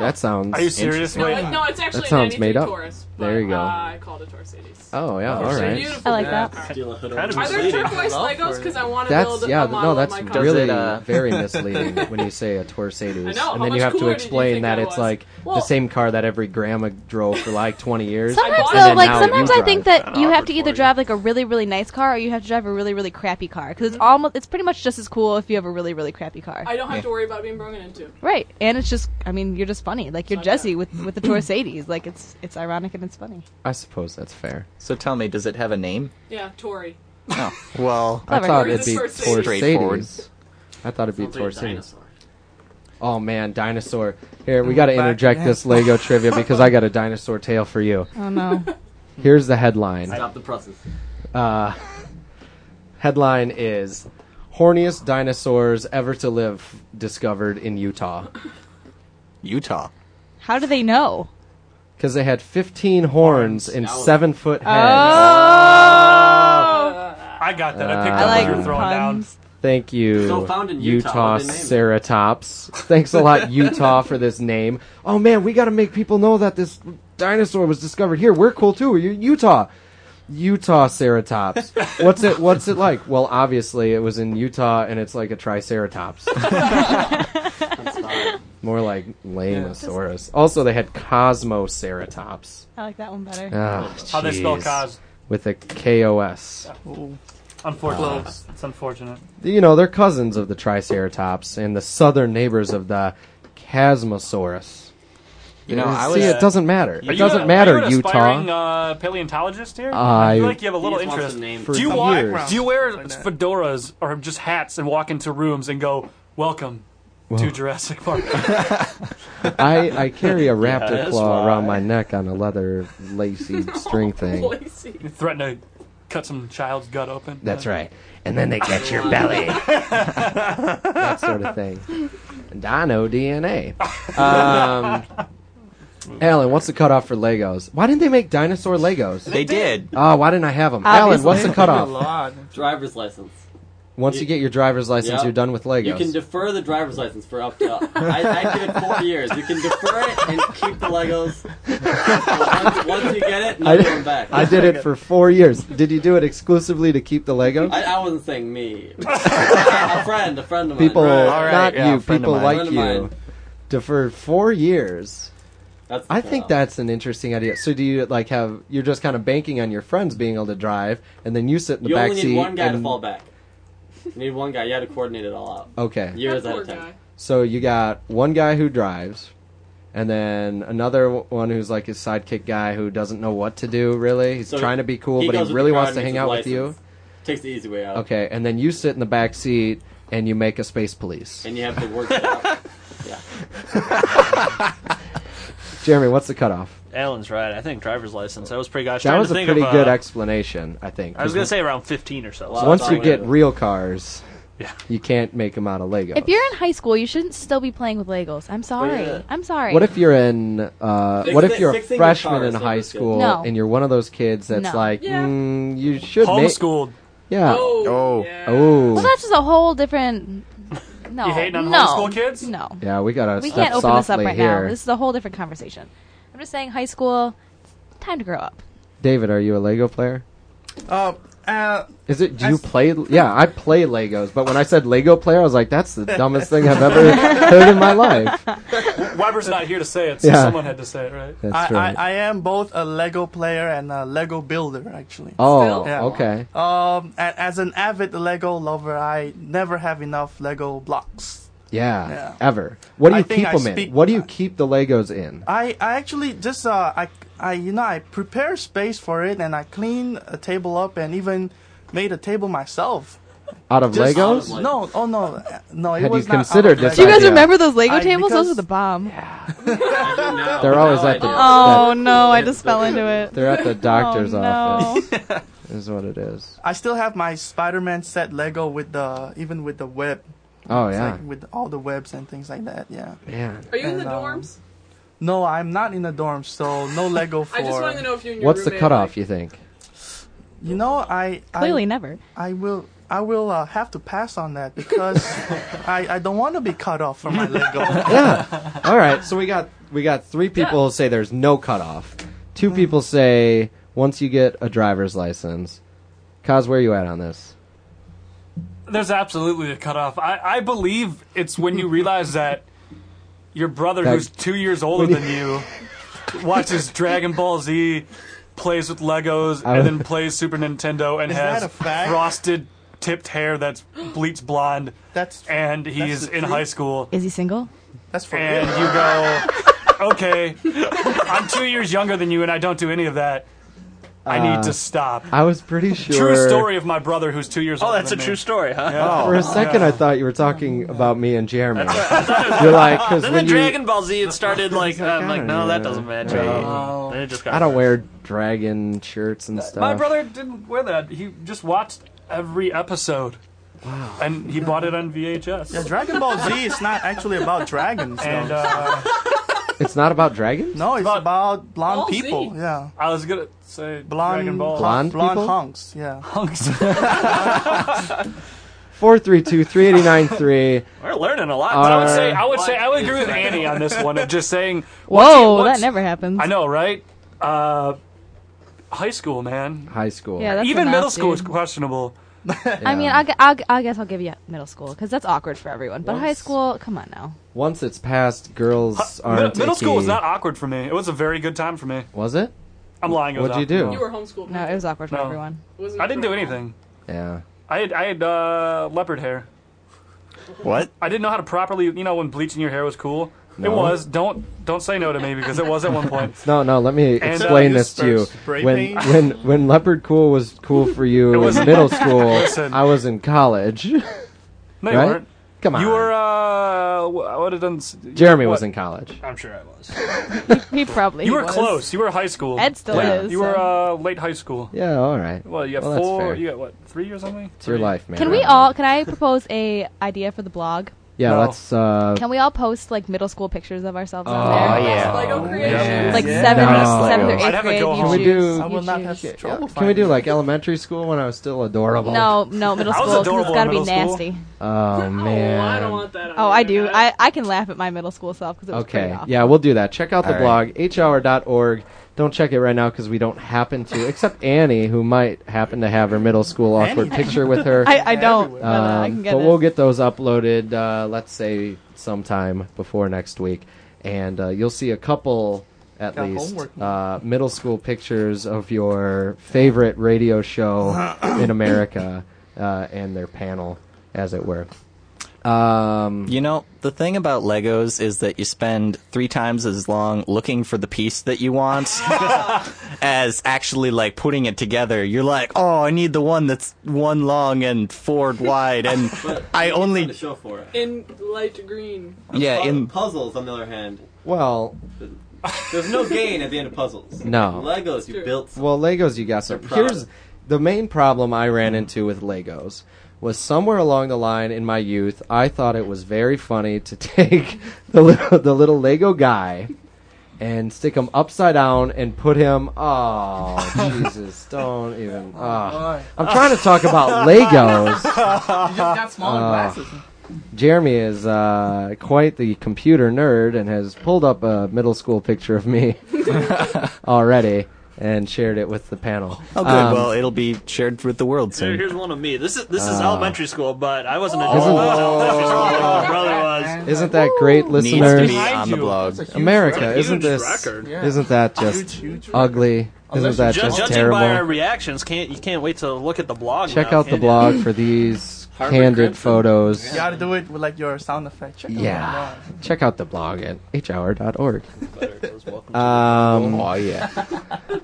Speaker 6: That sounds.
Speaker 11: Are you serious?
Speaker 9: No,
Speaker 11: Wait.
Speaker 9: it- no, it's actually
Speaker 6: that sounds
Speaker 9: a
Speaker 6: made
Speaker 9: 93
Speaker 6: up.
Speaker 9: Taurus. But,
Speaker 6: there you go.
Speaker 9: Uh, I called it Torsadis.
Speaker 6: oh yeah, all
Speaker 9: They're
Speaker 6: right.
Speaker 9: beautiful.
Speaker 10: Steal a hood
Speaker 9: Are
Speaker 10: over
Speaker 9: there
Speaker 10: misleading.
Speaker 9: turquoise Legos? Because I want to
Speaker 6: That's
Speaker 9: build
Speaker 6: yeah,
Speaker 9: a
Speaker 6: no,
Speaker 9: model
Speaker 6: that's
Speaker 9: of my car.
Speaker 6: really
Speaker 8: Does it, uh,
Speaker 6: very misleading when you say a Torsadis,
Speaker 9: I know,
Speaker 6: and
Speaker 9: how
Speaker 6: then you
Speaker 9: much
Speaker 6: have to
Speaker 9: cooler did you
Speaker 6: explain
Speaker 9: think
Speaker 6: that
Speaker 9: I
Speaker 6: it's
Speaker 9: was?
Speaker 6: like
Speaker 9: Well-
Speaker 6: the same car that every grandma drove for like twenty years.
Speaker 5: Sometimes
Speaker 6: and
Speaker 5: though,
Speaker 6: then
Speaker 5: like
Speaker 6: now
Speaker 5: sometimes
Speaker 6: you
Speaker 5: I think
Speaker 6: drive.
Speaker 5: that you have to either drive like a really really nice car or you have to drive a really really crappy car because it's almost it's pretty much just as cool if you have a really really crappy car.
Speaker 9: I don't have to worry about being broken into.
Speaker 5: Right, and it's just I mean you're just funny like you're Jesse with with the Torsadis like it's it's ironic and it's funny.
Speaker 6: I suppose that's fair.
Speaker 8: So tell me, does it have a name?
Speaker 9: Yeah, Tory.
Speaker 8: No. Well,
Speaker 6: I thought it'd be
Speaker 8: straightforward.
Speaker 6: Torsadis. I thought it'd be
Speaker 8: Sounds like a
Speaker 6: Torsadis. Oh man, dinosaur! Here we got to
Speaker 14: Back
Speaker 6: interject
Speaker 14: in.
Speaker 6: this Lego trivia because I got a dinosaur tale for you.
Speaker 5: Oh no.
Speaker 6: Here's the headline.
Speaker 10: Stop the process.
Speaker 6: Uh, headline is horniest dinosaurs ever to live discovered in Utah.
Speaker 8: Utah.
Speaker 5: How do they know?
Speaker 6: Because they had 15 horns and seven foot heads.
Speaker 11: I got that. I picked
Speaker 6: Uh, I
Speaker 11: up what
Speaker 6: like
Speaker 11: you were throwing
Speaker 5: puns.
Speaker 6: Thank you,
Speaker 11: So found in Utah, what they named it.
Speaker 6: Ceratops. Thanks a lot, Utah, for this name. Oh man, we got to make people know that this dinosaur was discovered here. We're cool too. You're Utah, Utah Ceratops. What's it? What's it like? Well, obviously, it was in Utah, and it's like a Triceratops. More like Lamosaurus. Also, they had Cosmoceratops.
Speaker 5: I like that one better.
Speaker 6: Ah,
Speaker 11: How they spell
Speaker 6: jeez.
Speaker 11: cos?
Speaker 6: With a K O S.
Speaker 11: down. Unfortunate. It's unfortunate.
Speaker 6: you know, they're cousins of the Triceratops and the southern neighbors of the Chasmosaurus.
Speaker 8: You know, I
Speaker 6: see,
Speaker 8: was-
Speaker 6: it doesn't matter.
Speaker 11: Are
Speaker 6: It
Speaker 11: you
Speaker 6: doesn't
Speaker 11: a-
Speaker 6: matter,
Speaker 11: Are you an aspiring,
Speaker 6: Utah.
Speaker 11: uh, paleontologist here?
Speaker 6: I-
Speaker 11: I feel like you have a little
Speaker 10: He just wants
Speaker 11: interest.
Speaker 10: a name
Speaker 11: do you
Speaker 10: for
Speaker 11: want?
Speaker 10: years.
Speaker 11: Do you wear fedoras or just hats and walk into rooms and go, "Welcome to Jurassic Park"?
Speaker 6: I, I carry a
Speaker 11: Yeah,
Speaker 6: raptor
Speaker 11: that's
Speaker 6: claw
Speaker 11: why.
Speaker 6: around my neck on a leather lacy string thing.
Speaker 11: You threaten to cut some child's gut open.
Speaker 6: That's right. And then they catch your belly. that sort of thing. Dino DNA. Um, Alan, what's the cutoff for Legos? Why didn't they make dinosaur Legos?
Speaker 8: They did.
Speaker 6: Oh, why didn't I have them? Alan, what's the cutoff?
Speaker 10: Driver's license.
Speaker 6: Once you get your driver's license,
Speaker 10: Yep.
Speaker 6: you're done with Legos.
Speaker 10: You can defer the driver's license for up to. I, I give it four years. You can defer it and keep the Legos. once, once you get it, no going back.
Speaker 6: I did it for four years. Did you do it exclusively to keep the Legos?
Speaker 10: I, I wasn't saying me. a friend, a friend of mine.
Speaker 6: people, not you, people like
Speaker 10: Friend of
Speaker 6: you,
Speaker 10: mine.
Speaker 6: deferred four years.
Speaker 10: That's
Speaker 6: I think that's an interesting idea. So do you like have you're just kind of banking on your friends being able to drive, and then you sit in the
Speaker 10: you
Speaker 6: back
Speaker 10: only
Speaker 6: seat
Speaker 10: need one guy to
Speaker 6: and-
Speaker 10: fall back. You need one guy. You had to coordinate it all out.
Speaker 6: Okay.
Speaker 10: Years
Speaker 9: That
Speaker 10: at a
Speaker 9: poor
Speaker 10: time.
Speaker 9: guy.
Speaker 6: So you got one guy who drives, and then another w- one who's like his sidekick guy who doesn't know what to do really. He's
Speaker 10: So
Speaker 6: trying to be cool,
Speaker 10: he
Speaker 6: but
Speaker 10: goes
Speaker 6: he
Speaker 10: with
Speaker 6: really
Speaker 10: the crowd and
Speaker 6: wants to
Speaker 10: gets
Speaker 6: hang
Speaker 10: his
Speaker 6: out
Speaker 10: license.
Speaker 6: with you.
Speaker 10: Takes the easy way out.
Speaker 6: Okay, and then you sit in the back seat and you make a space police.
Speaker 10: And you have to work it out. yeah.
Speaker 6: Jeremy, what's the cutoff?
Speaker 12: Alan's right. I think driver's license. That was pretty good. I was
Speaker 6: That
Speaker 12: trying
Speaker 6: was
Speaker 12: to
Speaker 6: a
Speaker 12: think
Speaker 6: pretty
Speaker 12: of,
Speaker 6: good
Speaker 12: uh,
Speaker 6: explanation, I think.
Speaker 12: I was gonna say around 15 or so.
Speaker 6: So once you get real cars, you can't make them out of Lego.
Speaker 5: If you're in high school, you shouldn't still be playing with Legos.
Speaker 11: Oh,
Speaker 5: I'm sorry. I'm sorry.
Speaker 6: What if you're in? Uh,
Speaker 5: Fix
Speaker 6: what
Speaker 5: it-
Speaker 6: if you're a
Speaker 5: fixing
Speaker 6: freshman
Speaker 5: cars
Speaker 6: in high
Speaker 5: is good.
Speaker 6: school
Speaker 5: No.
Speaker 6: and you're one of those kids that's
Speaker 5: No.
Speaker 6: like,
Speaker 5: Yeah.
Speaker 6: mm, you should ma-
Speaker 11: Homeschooled.
Speaker 6: Yeah.
Speaker 5: Oh,
Speaker 6: Oh.
Speaker 5: Well, that's just a whole different. No.
Speaker 11: You hating on
Speaker 5: no.
Speaker 11: homeschool kids?
Speaker 5: No.
Speaker 6: Yeah, we gotta
Speaker 5: We
Speaker 6: step
Speaker 5: can't open this up
Speaker 6: softly
Speaker 5: right
Speaker 6: here.
Speaker 5: now. This is a whole different conversation. I'm just saying, high school, time to grow up.
Speaker 6: David, are you a Lego player?
Speaker 7: Uh, uh,
Speaker 6: Is it? Do you play? Yeah, I play Legos, but when I said Lego player, I was like, that's the dumbest thing I've ever heard in my life.
Speaker 11: Weber's not here to say it, so
Speaker 6: Yeah.
Speaker 11: someone had to say it, right?
Speaker 6: That's
Speaker 7: I,
Speaker 6: right.
Speaker 7: I, I am both a Lego player and a Lego builder, actually.
Speaker 6: Oh, okay.
Speaker 7: Um, a- as an avid Lego lover, I never have enough Lego blocks.
Speaker 6: Yeah,
Speaker 7: Yeah.
Speaker 6: ever. What do
Speaker 7: I
Speaker 6: you
Speaker 7: think
Speaker 6: keep
Speaker 7: I
Speaker 6: them in?
Speaker 7: speak-
Speaker 6: What do you keep the Legos in?
Speaker 7: I, I actually just uh, I, I you know I prepare space for it and I clean a table up and even made a table myself.
Speaker 6: Out of
Speaker 7: Uh, Just-
Speaker 6: Legos?
Speaker 7: No, oh no, uh, no. It
Speaker 6: Had you
Speaker 7: was not out of
Speaker 6: considered this
Speaker 7: Legos.
Speaker 5: Do you guys
Speaker 6: idea.
Speaker 5: remember those Lego
Speaker 7: I-
Speaker 5: tables?
Speaker 7: because-
Speaker 5: Those are the bomb.
Speaker 6: They're always at the.
Speaker 5: Oh
Speaker 6: that-
Speaker 5: no, I just fell into it.
Speaker 6: They're at the doctor's
Speaker 5: Oh, no.
Speaker 6: office. Is what it is.
Speaker 7: I still have my Spider-Man set Lego with the even with the web
Speaker 6: Oh,
Speaker 7: It's
Speaker 6: yeah.
Speaker 7: like with all the webs and things like that. Yeah.
Speaker 6: Yeah.
Speaker 9: Are you in the
Speaker 7: And, um,
Speaker 9: dorms?
Speaker 7: no, I'm not in the dorms, so no Lego for.
Speaker 9: I just wanted to know if you and your
Speaker 6: What's the
Speaker 9: roommate,
Speaker 6: cutoff? you think?
Speaker 7: You know, I
Speaker 5: Clearly
Speaker 7: I,
Speaker 5: never.
Speaker 7: I will. I will uh, have to pass on that because I, I don't want to be cut off from my Lego.
Speaker 6: yeah. All right. So we got we got three people who say there's no cutoff. Two
Speaker 7: Mm-hmm.
Speaker 6: people say once you get a driver's license. Cos, where you at on this?
Speaker 11: There's absolutely a cutoff. I, I believe it's when you realize that your brother,
Speaker 6: That-
Speaker 11: who's two years older
Speaker 6: when
Speaker 11: than you, watches Dragon Ball Z, plays with Legos,
Speaker 6: I
Speaker 11: and
Speaker 6: was-
Speaker 11: then plays Super Nintendo and
Speaker 7: Is that
Speaker 11: has
Speaker 7: a fact?
Speaker 11: frosted tipped hair that's bleached blonde.
Speaker 7: That's
Speaker 11: and he's
Speaker 7: the
Speaker 11: in
Speaker 7: truth.
Speaker 11: high school.
Speaker 5: Is he single?
Speaker 7: That's for
Speaker 11: and
Speaker 7: real.
Speaker 11: you go, okay, I'm two years younger than you, and I don't do any of that. I
Speaker 6: Uh,
Speaker 11: need to stop.
Speaker 6: I was pretty sure.
Speaker 11: True story of my brother who's two
Speaker 7: Oh,
Speaker 11: years old.
Speaker 12: that's a true story, huh?
Speaker 11: Oh,
Speaker 6: For a second, I thought you were talking about me and Jeremy. You're like, because
Speaker 12: Then the
Speaker 6: when you,
Speaker 12: Dragon Ball Z it started like uh, I'm like no that doesn't match at all. Then it just got
Speaker 6: I don't wear dragon shirts and stuff.
Speaker 11: My brother didn't wear that. He just watched every episode. Wow. And he bought it on VHS.
Speaker 7: Yeah, Dragon Ball Z is not actually about dragons. though.
Speaker 11: And uh,
Speaker 6: It's not about dragons.
Speaker 7: no, it's about, blonde
Speaker 11: Ball Z.
Speaker 7: people. Yeah,
Speaker 11: I was gonna say
Speaker 7: blonde,
Speaker 11: Dragon Ball.
Speaker 6: Blonde
Speaker 7: blonde
Speaker 6: people?
Speaker 7: hunks. Yeah,
Speaker 11: hunks.
Speaker 6: Four three two three eighty nine three.
Speaker 12: We're learning a lot.
Speaker 11: But I would
Speaker 6: Are-
Speaker 11: say I would say I would agree with Annie on this one of just saying
Speaker 5: Whoa,
Speaker 11: once-
Speaker 5: that never happens.
Speaker 11: I know, right? Uh, high school, man.
Speaker 6: High school.
Speaker 5: Yeah, that's
Speaker 11: Even
Speaker 5: enough,
Speaker 11: middle school
Speaker 5: dude.
Speaker 11: is questionable.
Speaker 5: I mean, I'll, gu- I'll, gu- I guess I'll give you middle school because that's awkward for everyone. But high
Speaker 6: Once-
Speaker 5: school, come on now.
Speaker 6: Once it's past, girls
Speaker 11: Mid-
Speaker 6: aren't.
Speaker 11: middle school was
Speaker 6: icky.
Speaker 11: not awkward for me. It was a very good time for me.
Speaker 6: Was it?
Speaker 11: I'm lying. It was
Speaker 6: What'd you
Speaker 11: awkward.
Speaker 6: do?
Speaker 9: You were homeschooled.
Speaker 5: No, it was awkward for
Speaker 11: No.
Speaker 5: everyone.
Speaker 11: I didn't do anything.
Speaker 6: Yeah.
Speaker 11: I had I had uh, leopard hair.
Speaker 8: What?
Speaker 11: I didn't know how to properly, you know, when bleaching your hair was cool. It
Speaker 6: No.
Speaker 11: was. Don't don't say no to me because it was at one point.
Speaker 6: No, no. Let me
Speaker 11: And, uh,
Speaker 6: explain
Speaker 11: you
Speaker 6: this to you.
Speaker 11: spray
Speaker 6: When
Speaker 11: paint?
Speaker 6: when when leopard cool was cool for you
Speaker 11: It
Speaker 6: in
Speaker 11: wasn't.
Speaker 6: middle school,
Speaker 11: Listen.
Speaker 6: I was in college.
Speaker 11: No,
Speaker 6: Right?
Speaker 11: you weren't.
Speaker 6: Come on.
Speaker 11: You were. Uh, wh- I would have done. s-
Speaker 6: Jeremy
Speaker 11: what?
Speaker 6: was in college.
Speaker 11: I'm sure I was.
Speaker 5: He probably
Speaker 11: You were
Speaker 5: was.
Speaker 11: close. You were high school.
Speaker 5: Ed still
Speaker 11: Late-
Speaker 5: is,
Speaker 11: You were
Speaker 5: so-
Speaker 11: uh, late high school.
Speaker 6: Yeah. All right.
Speaker 11: Well, you got
Speaker 6: Well, that's
Speaker 11: four.
Speaker 6: fair.
Speaker 11: You got what? Three years on me.
Speaker 6: It's your life, man.
Speaker 5: Can we all? Can I propose a idea for the blog?
Speaker 6: Yeah.
Speaker 11: No.
Speaker 6: Let's. Uh,
Speaker 5: Can we all post like middle school pictures of ourselves
Speaker 6: Oh,
Speaker 5: on there?
Speaker 6: yeah.
Speaker 9: Lego
Speaker 6: Yeah.
Speaker 9: creations.
Speaker 5: Like
Speaker 6: Yeah.
Speaker 5: seventh,
Speaker 6: No.
Speaker 5: seventh or
Speaker 6: I'd
Speaker 5: eighth
Speaker 11: have a
Speaker 5: grade.
Speaker 11: go
Speaker 5: you
Speaker 11: home.
Speaker 6: Can we
Speaker 5: choose.
Speaker 6: do-
Speaker 5: You
Speaker 7: I will not have
Speaker 5: choose.
Speaker 7: trouble.
Speaker 6: can we
Speaker 7: finding
Speaker 6: do like elementary school when I was still adorable?
Speaker 5: No, no, middle
Speaker 11: I was
Speaker 5: school. 'cause
Speaker 11: adorable
Speaker 5: it's got to
Speaker 11: in
Speaker 5: be
Speaker 11: middle school.
Speaker 5: nasty.
Speaker 6: Oh man.
Speaker 9: Oh, I don't want that. On
Speaker 5: Oh,
Speaker 9: the
Speaker 5: I do.
Speaker 9: internet.
Speaker 5: I, I can laugh at my middle school self because it was pretty
Speaker 6: Okay.
Speaker 5: awful.
Speaker 6: Yeah, we'll do that. Check out the
Speaker 8: All
Speaker 6: blog, hhour.org. Don't check it right now because we don't happen to, except Annie, who might happen to have her middle school awkward
Speaker 7: Annie.
Speaker 6: picture with her.
Speaker 5: I, I don't. But, uh, I
Speaker 6: Um,
Speaker 5: can get
Speaker 6: but
Speaker 5: it.
Speaker 6: we'll get those uploaded, uh, let's say, sometime before next week. And uh, you'll see a couple, at
Speaker 7: Got
Speaker 6: least,
Speaker 7: homework.
Speaker 6: uh, middle school pictures of your favorite radio show in America uh, and their panel, as it were. Um,
Speaker 8: You know, the thing about Legos is that you spend three times as long looking for the piece that you want as actually like putting it together. You're like, oh, I need the one that's one long and four wide, and I
Speaker 10: the
Speaker 8: only
Speaker 10: show for it.
Speaker 9: in light green.
Speaker 8: yeah in
Speaker 10: puzzles, on the other hand,
Speaker 6: well,
Speaker 10: there's no gain at the end of puzzles.
Speaker 6: No. Um,
Speaker 10: Legos, you
Speaker 9: True.
Speaker 10: built.
Speaker 6: Well, Legos, you got some.
Speaker 10: They're product.
Speaker 6: Here's the main problem I ran into with Legos was somewhere along the line in my youth, I thought it was very funny to take the little, the little Lego guy and stick him upside down and put him. Oh, Jesus! Don't even. ah. I'm trying to talk about Legos.
Speaker 7: You just
Speaker 6: uh,
Speaker 7: got smaller glasses.
Speaker 6: Jeremy is uh, quite the computer nerd and has pulled up a middle school picture of me already and shared it with the panel.
Speaker 8: oh good,
Speaker 6: Um,
Speaker 8: well it'll be shared with the world
Speaker 12: Here-
Speaker 8: soon.
Speaker 12: here's one of me. This is
Speaker 6: Uh,
Speaker 12: this is elementary school, but I wasn't a
Speaker 6: Isn't-
Speaker 12: dorm. I was in elementary school.
Speaker 11: Oh,
Speaker 12: My brother was.
Speaker 6: Isn't that great,
Speaker 8: Oh. Needs to
Speaker 6: listeners?
Speaker 8: be on the
Speaker 11: you.
Speaker 8: blog.
Speaker 6: America,
Speaker 12: Huge
Speaker 6: isn't this?
Speaker 12: record.
Speaker 7: Yeah.
Speaker 6: Isn't that just
Speaker 7: huge record.
Speaker 6: ugly? Isn't
Speaker 7: Unless
Speaker 6: that
Speaker 7: you
Speaker 12: Ju-
Speaker 6: just
Speaker 12: judging by our
Speaker 6: terrible?
Speaker 12: reactions, can't you can't wait to look at the blog.
Speaker 6: Check
Speaker 12: now,
Speaker 6: out the
Speaker 12: can you?
Speaker 6: blog for these candid
Speaker 10: Crimson.
Speaker 6: photos.
Speaker 7: You gotta do it with like your sound effect. Check it out.
Speaker 6: Yeah. Check out the blog at hhour.org.
Speaker 12: Welcome
Speaker 6: Um, oh yeah.
Speaker 12: to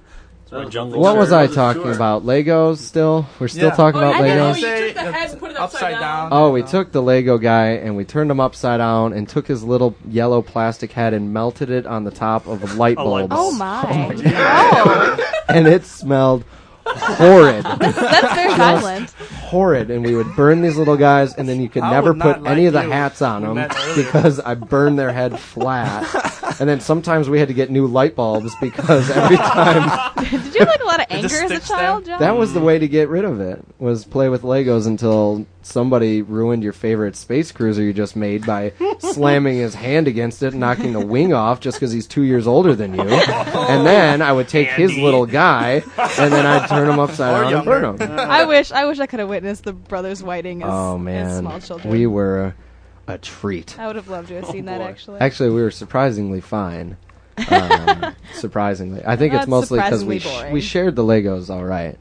Speaker 12: my jungle
Speaker 6: What was I
Speaker 12: tour.
Speaker 6: talking about? Legos still? We're still
Speaker 7: Yeah.
Speaker 6: talking
Speaker 9: Oh,
Speaker 6: about
Speaker 9: I didn't know
Speaker 6: Legos?
Speaker 9: you took the
Speaker 7: Say,
Speaker 9: head and put it upside,
Speaker 7: upside
Speaker 9: down.
Speaker 7: down.
Speaker 6: Oh, we
Speaker 7: No.
Speaker 6: took the Lego guy and we turned him upside down and took his little yellow plastic head and melted it on the top of a light
Speaker 12: A light
Speaker 6: bulb.
Speaker 12: bulb.
Speaker 5: Oh my!
Speaker 6: and it smelled horrid.
Speaker 5: That's very violent.
Speaker 6: horrid, and we would burn these little guys, and then you could
Speaker 7: I
Speaker 6: never
Speaker 7: would not
Speaker 6: put any
Speaker 7: like
Speaker 6: of the
Speaker 7: you
Speaker 6: hats on
Speaker 7: when
Speaker 6: them
Speaker 7: that earlier.
Speaker 6: because I burned their head flat. and then sometimes we had to get new light bulbs because every time
Speaker 5: Did you have like a lot of
Speaker 7: It just
Speaker 5: anger as a
Speaker 7: sticks there.
Speaker 5: child, John?
Speaker 6: that was the way to get rid of it was play with Legos until somebody ruined your favorite space cruiser you just made by slamming his hand against it and knocking the wing off just because he's two years older than you.
Speaker 7: Oh,
Speaker 6: And then I would take his little guy and then I'd turn him upside down and burn him.
Speaker 5: I wish I wish I could have witnessed the brothers whiting as,
Speaker 6: Oh
Speaker 5: as
Speaker 6: man,
Speaker 5: small children.
Speaker 6: we were a treat.
Speaker 5: I would have loved to
Speaker 9: Oh,
Speaker 5: have seen that actually.
Speaker 6: Actually, we were surprisingly fine. Um, surprisingly, I think it's
Speaker 5: That's
Speaker 6: mostly because we
Speaker 5: surprisingly
Speaker 6: sh-
Speaker 5: boring.
Speaker 6: we shared the Legos all right.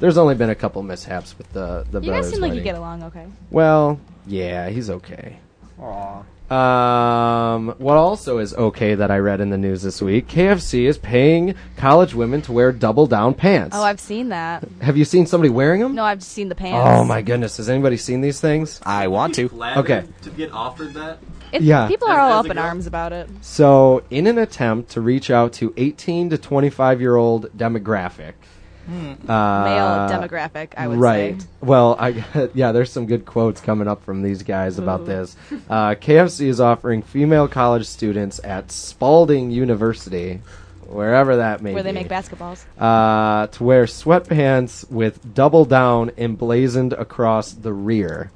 Speaker 6: There's only been a couple mishaps with the the
Speaker 5: you
Speaker 6: brothers.
Speaker 5: guys seem like you
Speaker 6: wedding.
Speaker 5: get along okay.
Speaker 6: Well, yeah, he's okay.
Speaker 5: Aww.
Speaker 6: Um, what also is okay that I read in the news this week: KFC is paying college women to wear double down pants.
Speaker 5: Oh, I've seen that.
Speaker 6: Have you seen somebody wearing them?
Speaker 5: No, I've just seen the pants.
Speaker 6: Oh my goodness! Has anybody seen these things?
Speaker 8: I want to.
Speaker 6: Okay.
Speaker 10: to get offered that.
Speaker 5: It's,
Speaker 6: Oh, Yeah.
Speaker 5: People are
Speaker 10: As- as
Speaker 5: all up
Speaker 10: a
Speaker 5: in
Speaker 10: girl?
Speaker 5: arms about it.
Speaker 6: So, in an attempt to reach out to 18 to 25 year old demographic, uh,
Speaker 5: Male demographic, I would
Speaker 6: right.
Speaker 5: say.
Speaker 6: Well, I yeah, there's some good quotes coming up from these guys about this. Uh, KFC is offering female college students at Spalding University, wherever that may
Speaker 5: Where they
Speaker 6: be,
Speaker 5: make basketballs.
Speaker 6: uh, to wear sweatpants with double down emblazoned across the rear.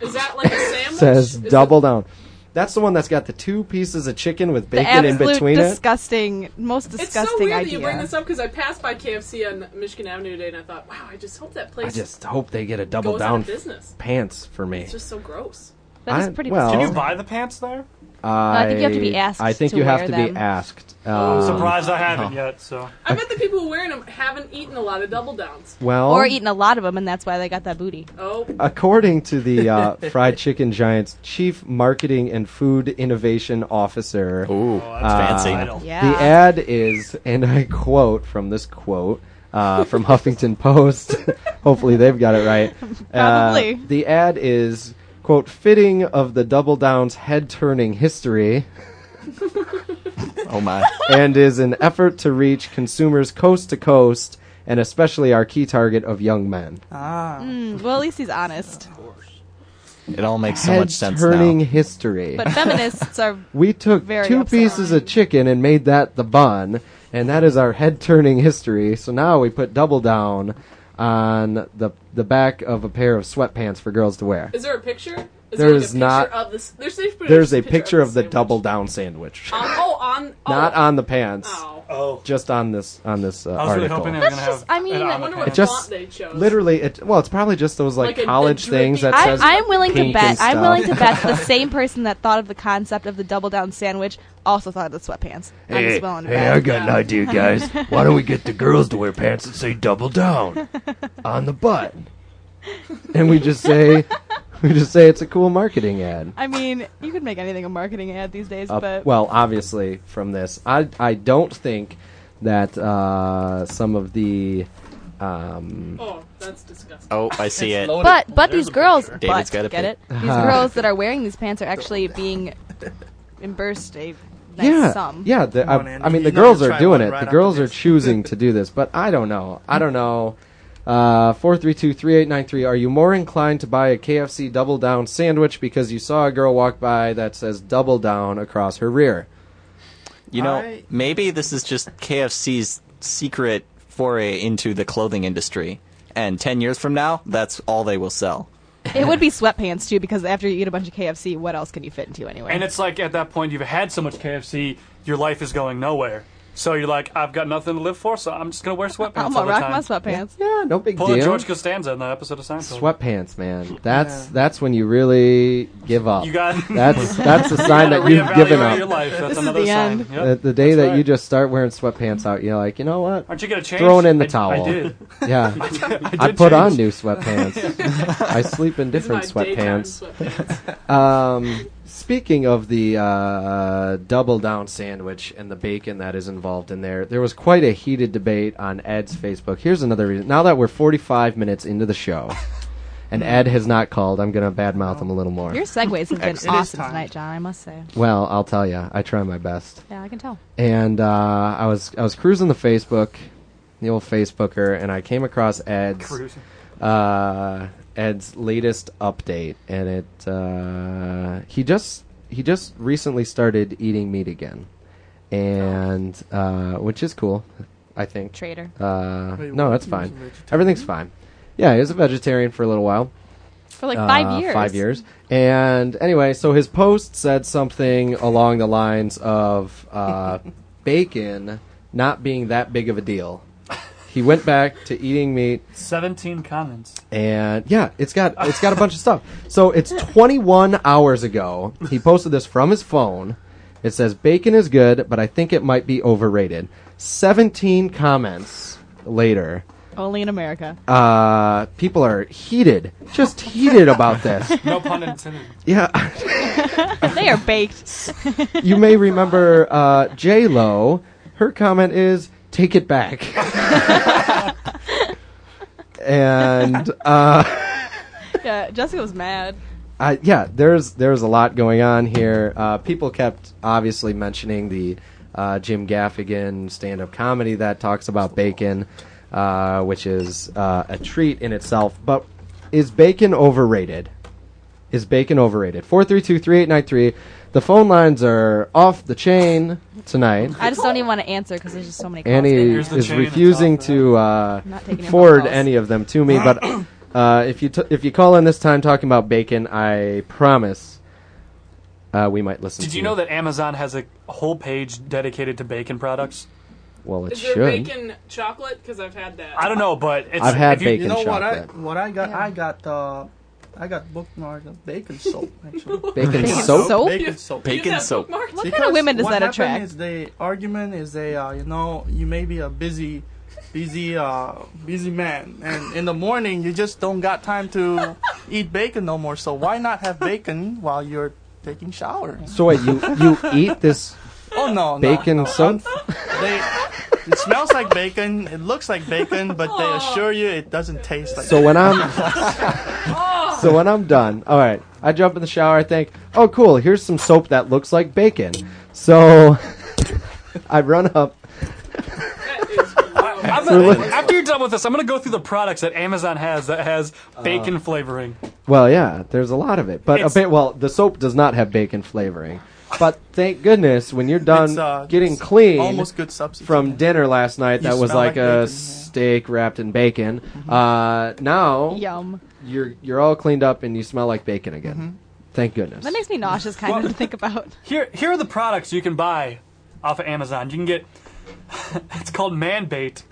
Speaker 9: Is that like a sandwich?
Speaker 6: Says
Speaker 9: Is it-
Speaker 6: double down. That's the one that's got the two pieces of chicken with
Speaker 5: the
Speaker 6: bacon in
Speaker 5: absolute
Speaker 6: between it.
Speaker 5: disgusting, most
Speaker 9: It's
Speaker 5: disgusting
Speaker 9: so weird
Speaker 5: idea.
Speaker 9: that you bring this up because I passed by KFC on Michigan Avenue today and I thought, wow, I just hope that place.
Speaker 6: I just hope they get a double
Speaker 9: goes out
Speaker 6: down
Speaker 9: of business.
Speaker 6: pants for me.
Speaker 9: It's just so gross.
Speaker 6: That is I- pretty well-
Speaker 11: Can
Speaker 14: Oh.
Speaker 11: you buy the pants there?
Speaker 6: I,
Speaker 9: I think you have to be asked
Speaker 6: I think
Speaker 9: to
Speaker 6: you have
Speaker 9: wear
Speaker 6: to
Speaker 9: them.
Speaker 6: be asked.
Speaker 11: I'm
Speaker 6: Um,
Speaker 11: surprised I haven't yet. So
Speaker 9: I bet the people who are wearing them haven't eaten a lot of double downs.
Speaker 6: Well-
Speaker 5: or eating a lot of them, and that's why they got that booty.
Speaker 9: Oh,
Speaker 6: According to the uh, Fried Chicken Giant's chief marketing and food innovation officer,
Speaker 8: Oh.
Speaker 6: Ooh,
Speaker 8: that's fancy.
Speaker 5: Yeah.
Speaker 6: the ad is, and I quote from this quote uh, from Huffington Post. Hopefully, they've got it right. Uh,
Speaker 5: Probably.
Speaker 6: the ad is quote fitting of the Double Down's head turning history.
Speaker 8: Oh my.
Speaker 6: and is an effort to reach consumers coast to coast and especially our key target of young men.
Speaker 5: Ah. well, at least he's honest.
Speaker 8: It all makes so
Speaker 6: Head
Speaker 8: much sense
Speaker 6: turning
Speaker 8: now.
Speaker 6: history.
Speaker 5: But feminists are.
Speaker 6: we took
Speaker 5: very
Speaker 6: two
Speaker 5: upset.
Speaker 6: pieces of chicken and made that the bun, and that is our head turning history. So now we put double down on the the back of a pair of sweatpants for girls to wear.
Speaker 9: is there a picture? Is
Speaker 6: There
Speaker 9: there like
Speaker 6: is
Speaker 9: a picture
Speaker 6: not-
Speaker 9: Of this, there's, there's,
Speaker 6: There's a picture of the double down sandwich.
Speaker 9: Um, oh, on. Oh,
Speaker 6: Not on the pants.
Speaker 9: Oh.
Speaker 6: Just on this on this uh,
Speaker 11: I was really
Speaker 6: article.
Speaker 11: hoping they were going to have.
Speaker 9: just- I mean,
Speaker 11: an
Speaker 9: I
Speaker 11: omelet
Speaker 9: wonder
Speaker 11: pan.
Speaker 9: what
Speaker 6: It just
Speaker 9: font they chose.
Speaker 6: literally it. Well, it's probably just those like
Speaker 9: Like a- a
Speaker 6: college things that
Speaker 5: I,
Speaker 6: says.
Speaker 5: I'm willing to
Speaker 6: pink and
Speaker 5: bet. I'm
Speaker 6: stuff.
Speaker 5: willing to bet the same person that thought of the concept of the double down sandwich also thought of the sweatpants. I'm
Speaker 14: Hey,
Speaker 5: just willing to
Speaker 14: hey,
Speaker 5: bet.
Speaker 14: I got an idea, guys. Why don't we get the girls to wear pants that say double down on the butt?
Speaker 6: and we just say, we just say it's a cool marketing ad.
Speaker 5: I mean, you could make anything a marketing ad these days,
Speaker 6: Uh,
Speaker 5: but
Speaker 6: well, obviously from this, I I don't think that uh, some of the. Um,
Speaker 9: Oh, that's disgusting.
Speaker 8: Oh, I see it.
Speaker 5: but but these girls,
Speaker 8: picture.
Speaker 5: but,
Speaker 8: David's got a
Speaker 5: get it?
Speaker 8: pic-
Speaker 5: These
Speaker 6: Uh-huh.
Speaker 5: girls that are wearing these pants are actually being reimbursed a nice
Speaker 6: yeah,
Speaker 5: sum.
Speaker 6: yeah. The, uh,
Speaker 5: Come on,
Speaker 6: I, I mean, the
Speaker 7: You know
Speaker 6: girls
Speaker 7: you'll
Speaker 6: are
Speaker 7: try
Speaker 6: doing
Speaker 7: one
Speaker 6: it.
Speaker 7: right
Speaker 6: the
Speaker 7: after
Speaker 6: girls are choosing to do this, but I don't know. I don't know. Uh, four three two three eight nine three. Are you more inclined to buy a KFC double down sandwich because you saw a girl walk by that says double down across her rear?
Speaker 8: You know,
Speaker 6: I-
Speaker 8: maybe this is just KFC's secret foray into the clothing industry. And 10 years from now, that's all they will sell.
Speaker 5: It would be sweatpants too, because after you eat a bunch of KFC, what else can you fit into anyway?
Speaker 11: And it's like at that point you've had so much KFC, your life is going nowhere. So you're like, I've got nothing to live for, so I'm just gonna wear sweatpants
Speaker 5: I'm
Speaker 11: all
Speaker 5: gonna
Speaker 11: the
Speaker 5: rock
Speaker 11: time.
Speaker 5: my sweatpants.
Speaker 6: Yeah, no big
Speaker 11: Pull a
Speaker 6: deal.
Speaker 11: George Costanza in that episode of Seinfeld.
Speaker 6: Sweatpants, man. That's that's when you really give up.
Speaker 11: You got-
Speaker 6: that's that's a
Speaker 11: You
Speaker 6: sign
Speaker 11: gotta
Speaker 6: that you've
Speaker 11: reevaluate
Speaker 6: given up.
Speaker 11: your life. That's
Speaker 9: This is
Speaker 11: another
Speaker 9: the
Speaker 11: sign.
Speaker 9: end.
Speaker 11: Yep.
Speaker 6: The, the day that you just start wearing sweatpants out, you're like, you know what?
Speaker 11: Aren't you gonna change?
Speaker 6: Throwing in the
Speaker 11: I- I
Speaker 6: towel.
Speaker 11: did.
Speaker 6: Yeah.
Speaker 11: I did- I
Speaker 6: I,
Speaker 11: did
Speaker 6: put on
Speaker 11: change.
Speaker 6: new sweatpants. I sleep in
Speaker 11: These are
Speaker 6: different
Speaker 11: my daytime
Speaker 6: sweatpants. um, speaking of the uh, double down sandwich and the bacon that is involved in there, there was quite a heated debate on Ed's Facebook. Here's another reason. Now that we're 45 minutes into the show, and Ed has not called, I'm going to badmouth him a little more.
Speaker 5: Your segues have been
Speaker 6: Excellent. It is
Speaker 5: awesome
Speaker 6: time.
Speaker 5: tonight, John. I must say.
Speaker 6: Well, I'll tell you, I try my best.
Speaker 5: Yeah, I can tell.
Speaker 6: And uh, I was I was cruising the Facebook, the old Facebooker, and I came across Ed's uh, Ed's latest update, and it uh, he just he just recently started eating meat again, and uh, which is cool, I think.
Speaker 5: Traitor.
Speaker 6: Uh,
Speaker 5: Wait,
Speaker 6: no,
Speaker 5: what?
Speaker 6: that's
Speaker 5: He was
Speaker 6: fine.
Speaker 5: a vegetarian?
Speaker 6: Everything's fine. Yeah, he was a vegetarian for a little while.
Speaker 5: For like five
Speaker 6: Uh,
Speaker 5: years.
Speaker 6: Five years. And anyway, so his post said something along the lines of uh, bacon not being that big of a deal. He went back to eating meat,
Speaker 11: 17 comments.
Speaker 6: and yeah, it's got it's got a bunch of stuff. So it's 21 hours ago. He posted this from his phone. It says bacon is good, but I think it might be overrated. 17 comments later.
Speaker 5: Only in America.
Speaker 6: Uh, people are heated, just heated about this.
Speaker 11: No pun intended.
Speaker 6: Yeah,
Speaker 5: they are baked.
Speaker 6: you may remember uh, J Lo. Her comment is, "Take it back." and uh,
Speaker 5: yeah, Jessica was mad.
Speaker 6: I, yeah, there's there's a lot going on here. Uh, people kept obviously mentioning the uh, Jim Gaffigan stand-up comedy that talks about bacon, uh, which is uh, a treat in itself. But is bacon overrated? Is bacon overrated? Four three two three eight nine three. The phone lines are off the chain tonight.
Speaker 5: I just don't even want to answer because there's just so many calls. in
Speaker 6: Annie
Speaker 5: there.
Speaker 6: is refusing to uh,
Speaker 5: Not taking any
Speaker 6: forward
Speaker 5: phone calls.
Speaker 6: any of them to me. But uh, if you t- if you call in this time talking about bacon, I promise uh, we might listen.
Speaker 11: Did
Speaker 6: to
Speaker 11: you know that Amazon has a whole page dedicated to bacon products?
Speaker 6: Well, it
Speaker 9: Is there
Speaker 6: should.
Speaker 9: bacon chocolate? Because I've had that.
Speaker 11: I don't know, but it's,
Speaker 6: I've had
Speaker 11: if you,
Speaker 6: bacon
Speaker 11: You know
Speaker 7: What
Speaker 11: what?
Speaker 7: I what I got I got uh, I got bookmarked of bacon soap actually.
Speaker 6: Bacon Bacon soap? soap?
Speaker 7: Bacon soap.
Speaker 6: Bacon You have soap.
Speaker 5: bookmarked? Oh, What kind of
Speaker 7: Because
Speaker 5: women does
Speaker 7: what
Speaker 5: that
Speaker 7: happened
Speaker 5: attract?
Speaker 7: Is the argument is they uh, you know you may be a busy, busy uh, busy man, and in the morning you just don't got time to eat bacon no more. So why not have bacon while you're taking shower?
Speaker 6: So wait, you you eat this
Speaker 7: Oh no, no,
Speaker 6: bacon
Speaker 7: no.
Speaker 6: soap?
Speaker 7: They, it smells like bacon. It looks like bacon, but they assure you it doesn't taste like.
Speaker 6: So when I'm-
Speaker 7: I'm,
Speaker 6: so when I'm done, all right, I jump in the shower. I think, oh, cool. Here's some soap that looks like bacon. So I run up.
Speaker 11: I'm
Speaker 6: So
Speaker 11: gonna-
Speaker 6: what-
Speaker 11: after you're done with this, I'm going to go through the products that Amazon has that has
Speaker 6: Uh,
Speaker 11: bacon flavoring.
Speaker 6: Well, yeah, there's a lot of it, but a bit. Well, the soap does not have bacon flavoring, but thank goodness when you're done
Speaker 7: It's, uh,
Speaker 6: um, getting
Speaker 7: it's
Speaker 6: clean
Speaker 7: almost good substitute,
Speaker 6: from dinner last night.
Speaker 7: You
Speaker 6: that was
Speaker 7: smell
Speaker 6: like,
Speaker 7: like
Speaker 6: a steak wrapped in bacon.
Speaker 11: Mm-hmm.
Speaker 6: Uh, now
Speaker 5: Yum.
Speaker 6: you're you're all cleaned up and you smell like bacon again.
Speaker 11: Mm-hmm.
Speaker 6: Thank goodness.
Speaker 5: That makes me nauseous, kind of to think about.
Speaker 11: Here, here are the products you can buy off of Amazon. You can get it's called Man Bait,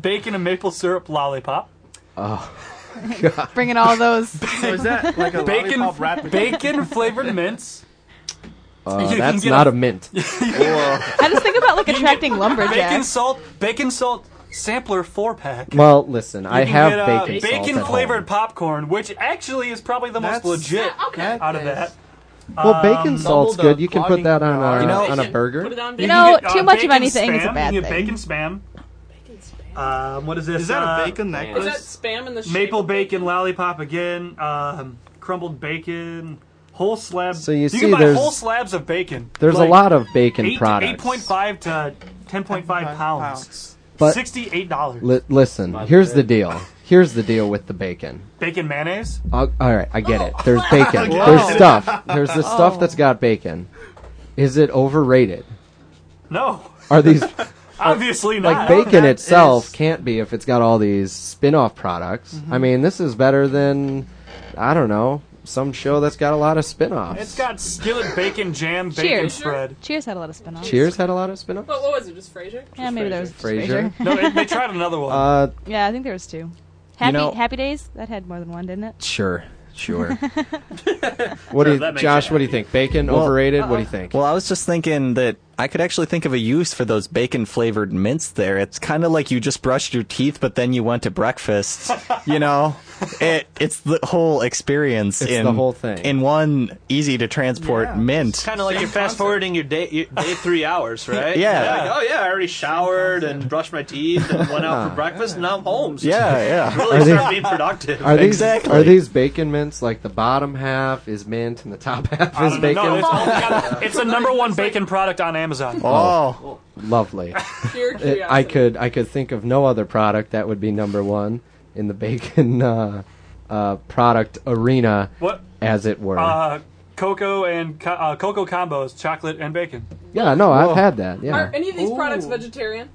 Speaker 11: bacon and maple syrup lollipop.
Speaker 6: Oh,
Speaker 5: Bringing all those.
Speaker 7: So is that like a
Speaker 11: bacon
Speaker 7: lollipop wrapped?
Speaker 11: bacon flavored mints?
Speaker 6: uh,
Speaker 11: You can
Speaker 6: that's
Speaker 11: get
Speaker 6: not
Speaker 11: a-
Speaker 6: a mint.
Speaker 5: I just think about like attracting
Speaker 11: Bacon
Speaker 5: lumberjacks.
Speaker 11: salt, bacon salt sampler four pack.
Speaker 6: Well, listen, I
Speaker 11: can
Speaker 6: have
Speaker 11: get, uh,
Speaker 6: bacon. salt
Speaker 11: bacon
Speaker 6: at home.
Speaker 11: flavored popcorn, which actually is probably the most
Speaker 5: Uh,
Speaker 11: legit out of that.
Speaker 6: Well, bacon
Speaker 11: Um,
Speaker 6: salt's good. You can put that on a,
Speaker 11: You know-
Speaker 6: on a burger.
Speaker 5: You know,
Speaker 11: can get,
Speaker 5: too
Speaker 11: uh,
Speaker 5: much of
Speaker 11: bacon
Speaker 5: anything
Speaker 11: spam.
Speaker 5: is a bad
Speaker 11: you can
Speaker 5: thing.
Speaker 11: Get bacon spam. Um, what is this?
Speaker 7: Is that a
Speaker 11: Uh,
Speaker 7: bacon necklace?
Speaker 9: Is that spam in the shape?
Speaker 11: Maple bacon lollipop again. Um, crumbled bacon. Whole slab.
Speaker 6: So you see
Speaker 11: can buy
Speaker 6: there's-
Speaker 11: whole slabs of bacon.
Speaker 6: There's a
Speaker 11: Like,
Speaker 6: lot of bacon
Speaker 11: eight-
Speaker 6: products.
Speaker 11: 8.5 to 10.5 pounds.
Speaker 6: But-
Speaker 11: $68.
Speaker 6: Li- listen, here's the deal. Here's the deal with the bacon.
Speaker 11: Bacon mayonnaise?
Speaker 6: I'll, all right, I get it. There's bacon.
Speaker 11: Whoa.
Speaker 6: There's stuff. There's the
Speaker 11: Oh.
Speaker 6: stuff that's got bacon. Is it overrated?
Speaker 11: No.
Speaker 6: Are these
Speaker 11: Obviously not.
Speaker 6: Oh. like bacon itself can't be if it's got all these spin-off products?
Speaker 11: Mm-hmm.
Speaker 6: I mean, this is better than I don't know some show that's got a lot of spin-offs.
Speaker 11: It's got skillet bacon jam, bacon
Speaker 5: Cheers.
Speaker 11: spread.
Speaker 5: Cheers had a lot of spin offs.
Speaker 6: Cheers had a lot of spin-offs.
Speaker 9: What, what was it? Just Frasier?
Speaker 5: Yeah, maybe there was just
Speaker 6: Frasier.
Speaker 5: Frasier.
Speaker 11: No, they, they tried another one.
Speaker 6: Uh,
Speaker 5: Yeah, I think there was two. Happy
Speaker 6: know-
Speaker 5: Happy Days? That had more than one, didn't it?
Speaker 6: sure, sure. what do
Speaker 5: Sure,
Speaker 6: you,
Speaker 5: that makes
Speaker 6: Josh? What do you think? Bacon
Speaker 8: Well-
Speaker 6: overrated? What do you think?
Speaker 8: Well, I was just thinking that I could actually think of a use for those bacon flavored mints there. It's kind of like you just brushed your teeth, but then you went to breakfast. you know, it it's the whole experience
Speaker 6: It's
Speaker 8: in
Speaker 6: the whole thing.
Speaker 8: in one easy to transport mint.
Speaker 12: Kind of like you're fast forwarding your day, your day three hours, right?
Speaker 8: Yeah.
Speaker 12: You're like, oh yeah, I already showered and brushed my teeth and went out for breakfast, and now I'm home. So
Speaker 8: Yeah, yeah.
Speaker 12: Really
Speaker 6: Are they-
Speaker 12: start being productive.
Speaker 6: Are these are these bacon mints like the bottom half is mint and the top half is bacon?
Speaker 11: No, it's, oh my God, it's the number one bacon product on Amazon.
Speaker 6: Oh, lovely!
Speaker 11: Pure
Speaker 6: Uh, It- I could I could think of no other product that would be number one in the bacon uh, uh, product arena,
Speaker 11: What?
Speaker 6: as it were.
Speaker 11: Uh, cocoa and co- uh, cocoa combos, chocolate and bacon.
Speaker 6: yeah, no, I've had that. Yeah.
Speaker 9: Are any of these products vegetarian?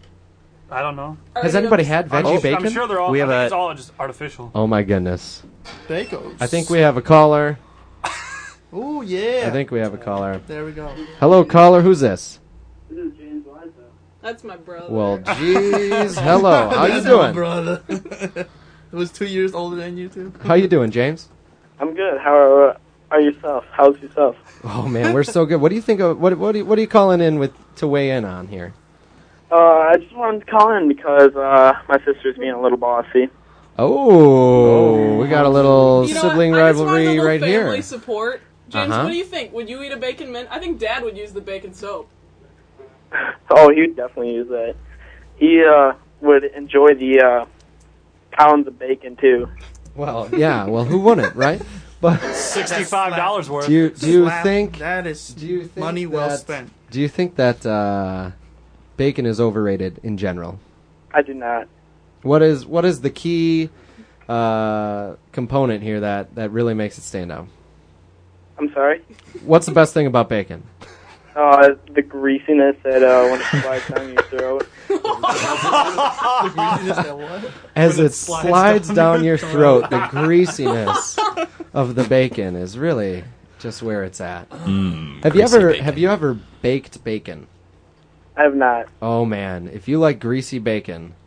Speaker 11: I don't know.
Speaker 9: Are
Speaker 6: Has
Speaker 9: any of
Speaker 6: anybody
Speaker 9: them-
Speaker 6: had veggie
Speaker 11: I'm,
Speaker 6: bacon?
Speaker 11: I'm sure they're all.
Speaker 6: We have
Speaker 11: I think
Speaker 6: a-
Speaker 11: it's all just artificial.
Speaker 6: oh my goodness.
Speaker 7: Bagels.
Speaker 6: I think we have a caller.
Speaker 7: Ooh yeah.
Speaker 6: I think we have a caller.
Speaker 7: There we go.
Speaker 6: Hello, caller. Who's this?
Speaker 9: That's my brother.
Speaker 6: Well, jeez. Hello. How you
Speaker 7: That's
Speaker 6: doing?
Speaker 7: My brother. it was two years older than you two.
Speaker 6: How you doing, James?
Speaker 16: I'm good. How are, are yourself? How's yourself?
Speaker 6: Oh man, we're so good. What do you think of what? What, do you, what are you calling in with to weigh in on here?
Speaker 16: Uh, I just wanted to call in because uh, my sister's being a little bossy.
Speaker 6: Oh, we got a little
Speaker 9: You know what?
Speaker 6: sibling
Speaker 9: I just wanted a
Speaker 6: rivalry
Speaker 9: little
Speaker 6: right
Speaker 9: family
Speaker 6: here.
Speaker 9: support. James,
Speaker 6: Uh-huh.
Speaker 9: what do you think? Would you eat a bacon mint? I think Dad would use the bacon soap.
Speaker 16: Oh, he'd definitely use that. He uh, would enjoy the uh, pounds of bacon too.
Speaker 6: Well, yeah. Well, who wouldn't, right? But
Speaker 11: Sixty-five dollars worth.
Speaker 6: do you do you
Speaker 7: Slap.
Speaker 6: think
Speaker 7: that is do
Speaker 6: you
Speaker 7: money well
Speaker 6: that-
Speaker 7: spent?
Speaker 6: do you think that uh, bacon is overrated in general?
Speaker 16: I do not.
Speaker 6: What is what is the key uh, component here that that really makes it stand out?
Speaker 16: I'm sorry.
Speaker 6: What's the best thing about bacon?
Speaker 16: Uh, the greasiness that uh, when it slides down your throat.
Speaker 6: As
Speaker 16: When
Speaker 6: it,
Speaker 16: it
Speaker 6: slides,
Speaker 16: slides
Speaker 6: down, your throat, the greasiness of the bacon is really just where it's at. have you
Speaker 16: greasy
Speaker 6: ever have you ever baked bacon?
Speaker 16: I have not.
Speaker 6: Oh man, if you like greasy bacon,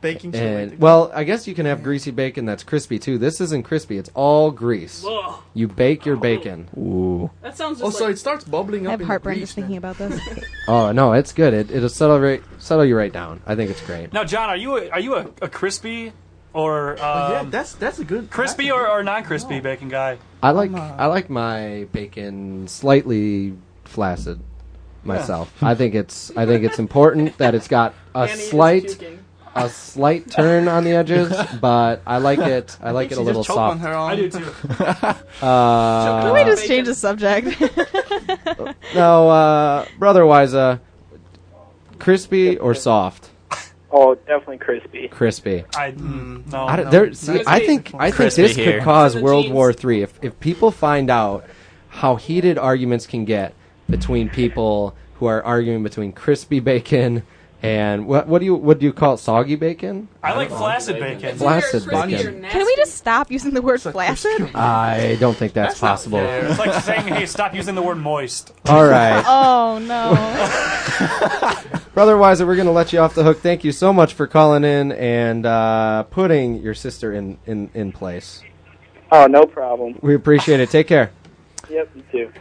Speaker 7: Baking
Speaker 6: and well, I guess you can have greasy bacon that's crispy too. This isn't crispy; it's all grease.
Speaker 7: Ugh.
Speaker 6: You bake your bacon. Ooh.
Speaker 9: That sounds
Speaker 7: just Oh, so it starts
Speaker 5: I
Speaker 7: bubbling up
Speaker 5: have
Speaker 7: in
Speaker 5: heartburn
Speaker 7: the
Speaker 5: just thinking about this.
Speaker 6: Oh no, it's good. It, it'll settle right, settle you right down. I think it's great.
Speaker 11: Now, John, are you a, are you a, a crispy or um,
Speaker 7: Oh, yeah, that's that's a good
Speaker 11: crispy or, or non-crispy bacon guy?
Speaker 6: I like I like my bacon slightly flaccid myself. I think it's I think it's important that it's got a
Speaker 9: Annie is
Speaker 6: slight
Speaker 9: puking.
Speaker 6: a slight turn on the edges, but I like it I like it a little soft.
Speaker 7: I do too.
Speaker 6: Uh,
Speaker 5: Can we just change the subject?
Speaker 6: no, uh, brother Wiza, crispy or soft?
Speaker 16: Oh, definitely crispy.
Speaker 6: Crispy.
Speaker 11: I mm, no.
Speaker 6: I, don't,
Speaker 11: no.
Speaker 6: there, see, I think I think
Speaker 11: Crispy
Speaker 6: this
Speaker 11: here.
Speaker 6: could cause
Speaker 11: The
Speaker 6: World
Speaker 11: jeans.
Speaker 6: War Three. If if people find out how heated arguments can get between people who are arguing between crispy bacon and what what do you what do you call it soggy bacon?
Speaker 11: I like flaccid bacon.
Speaker 6: Flaccid bacon.
Speaker 5: Can we just stop using the word flaccid?
Speaker 6: I don't think that's, possible.
Speaker 11: It's like saying, "Hey, stop using the word moist."
Speaker 6: All right.
Speaker 5: Oh no.
Speaker 6: Brother Wiser, we're going to let you off the hook. Thank you so much for calling in and uh, putting your sister in, in, in place.
Speaker 16: Oh, no problem.
Speaker 6: We appreciate it. Take care.
Speaker 16: Yep, you too.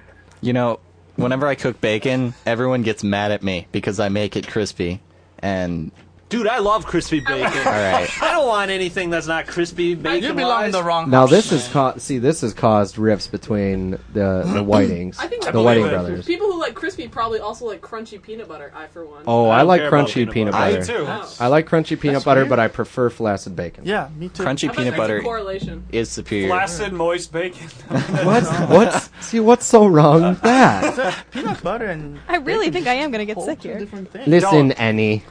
Speaker 8: You know, whenever I cook bacon, everyone gets mad at me because I make it crispy. And
Speaker 12: Dude, I love crispy bacon.
Speaker 8: right.
Speaker 12: I don't want anything that's not crispy bacon. You belong in the wrong
Speaker 6: Now
Speaker 11: Oh,
Speaker 6: this is ca- see this has caused rifts between the the Whitings,
Speaker 9: I think
Speaker 6: the
Speaker 9: that's
Speaker 6: Whiting
Speaker 9: good.
Speaker 6: brothers.
Speaker 9: People who like crispy probably also like crunchy peanut butter. I for one.
Speaker 6: Oh, I,
Speaker 8: don't
Speaker 6: like
Speaker 8: care about
Speaker 6: crunchy peanut
Speaker 8: peanut
Speaker 6: butter.
Speaker 8: butter.
Speaker 9: I do, too.
Speaker 7: Oh.
Speaker 9: Wow.
Speaker 6: I like crunchy peanut
Speaker 9: That's
Speaker 6: butter,
Speaker 9: weird.
Speaker 6: but I prefer flaccid bacon.
Speaker 7: Yeah, me too.
Speaker 8: Crunchy peanut butter
Speaker 9: correlation.
Speaker 8: is superior.
Speaker 11: Flaccid moist bacon.
Speaker 6: What? What's see? What's so wrong with that?
Speaker 7: peanut butter and
Speaker 5: I really think I am gonna get sick here.
Speaker 6: Listen, Annie,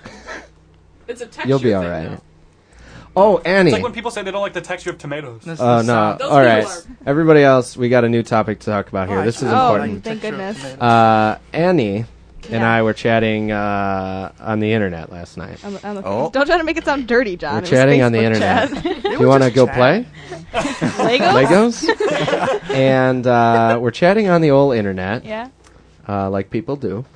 Speaker 9: It's a texture.
Speaker 6: you'll be all right. Oh,
Speaker 11: It's
Speaker 6: Annie.
Speaker 11: like when people say they don't like the texture of tomatoes.
Speaker 6: Oh no! All right, everybody else, we got a new topic to talk about here.
Speaker 11: Oh, I
Speaker 6: this is
Speaker 11: should- oh,
Speaker 6: important.
Speaker 5: Thank goodness.
Speaker 6: Uh, Annie and I were chatting uh, on the internet last night.
Speaker 5: On the, on the
Speaker 6: Oh.
Speaker 5: face. Don't try to make it sound dirty, John.
Speaker 6: We're
Speaker 5: It was
Speaker 6: chatting on the
Speaker 5: Facebook
Speaker 6: internet.
Speaker 5: chat.
Speaker 6: Do you want to go play?
Speaker 5: Oh. Legos?
Speaker 6: Legos? and uh, we're chatting on the old internet.
Speaker 5: Yeah.
Speaker 6: Uh, like people do.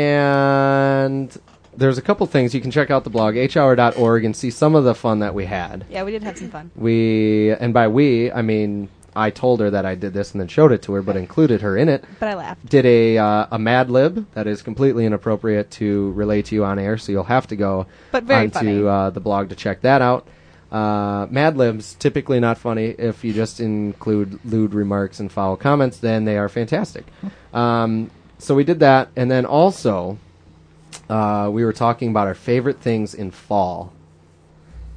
Speaker 6: And there's a couple things. You can check out the blog, hhour.org, and see some of the fun that we had.
Speaker 5: Yeah, we did have some fun.
Speaker 6: We, and by we, I mean I told her that I did this and then showed it to her, but included her in it.
Speaker 5: But I laughed.
Speaker 6: Did a uh, a Mad Lib that is completely inappropriate to relay to you on air, so you'll have to go
Speaker 5: But very
Speaker 6: onto
Speaker 5: funny.
Speaker 6: Uh, the blog to check that out. Uh, Mad Libs typically not funny if you just include lewd remarks and foul comments, then they are fantastic. Um, so we did that, and then also uh, we were talking about our favorite things in fall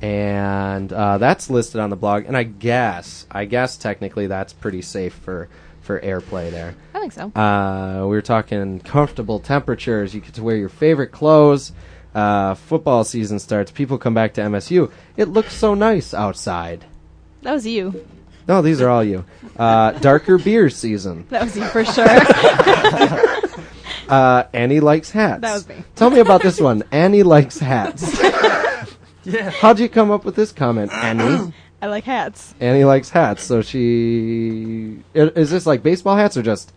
Speaker 6: and uh, that's listed on the blog. And I guess, I guess technically that's pretty safe for for airplay there.
Speaker 5: I think so.
Speaker 6: Uh, we were talking comfortable temperatures. You get to wear your favorite clothes. uh, football season starts, people come back to MSU. It looks so nice outside.
Speaker 5: That was you.
Speaker 6: No, these are all you. Uh, darker beer season.
Speaker 5: That was you for sure. that
Speaker 6: Uh, Annie likes hats.
Speaker 5: was me.
Speaker 6: Tell me about this one. Annie likes hats.
Speaker 5: Yeah.
Speaker 6: How'd you come up with this comment, Annie?
Speaker 5: I like hats.
Speaker 6: Annie likes hats, so she i- is this like baseball hats or just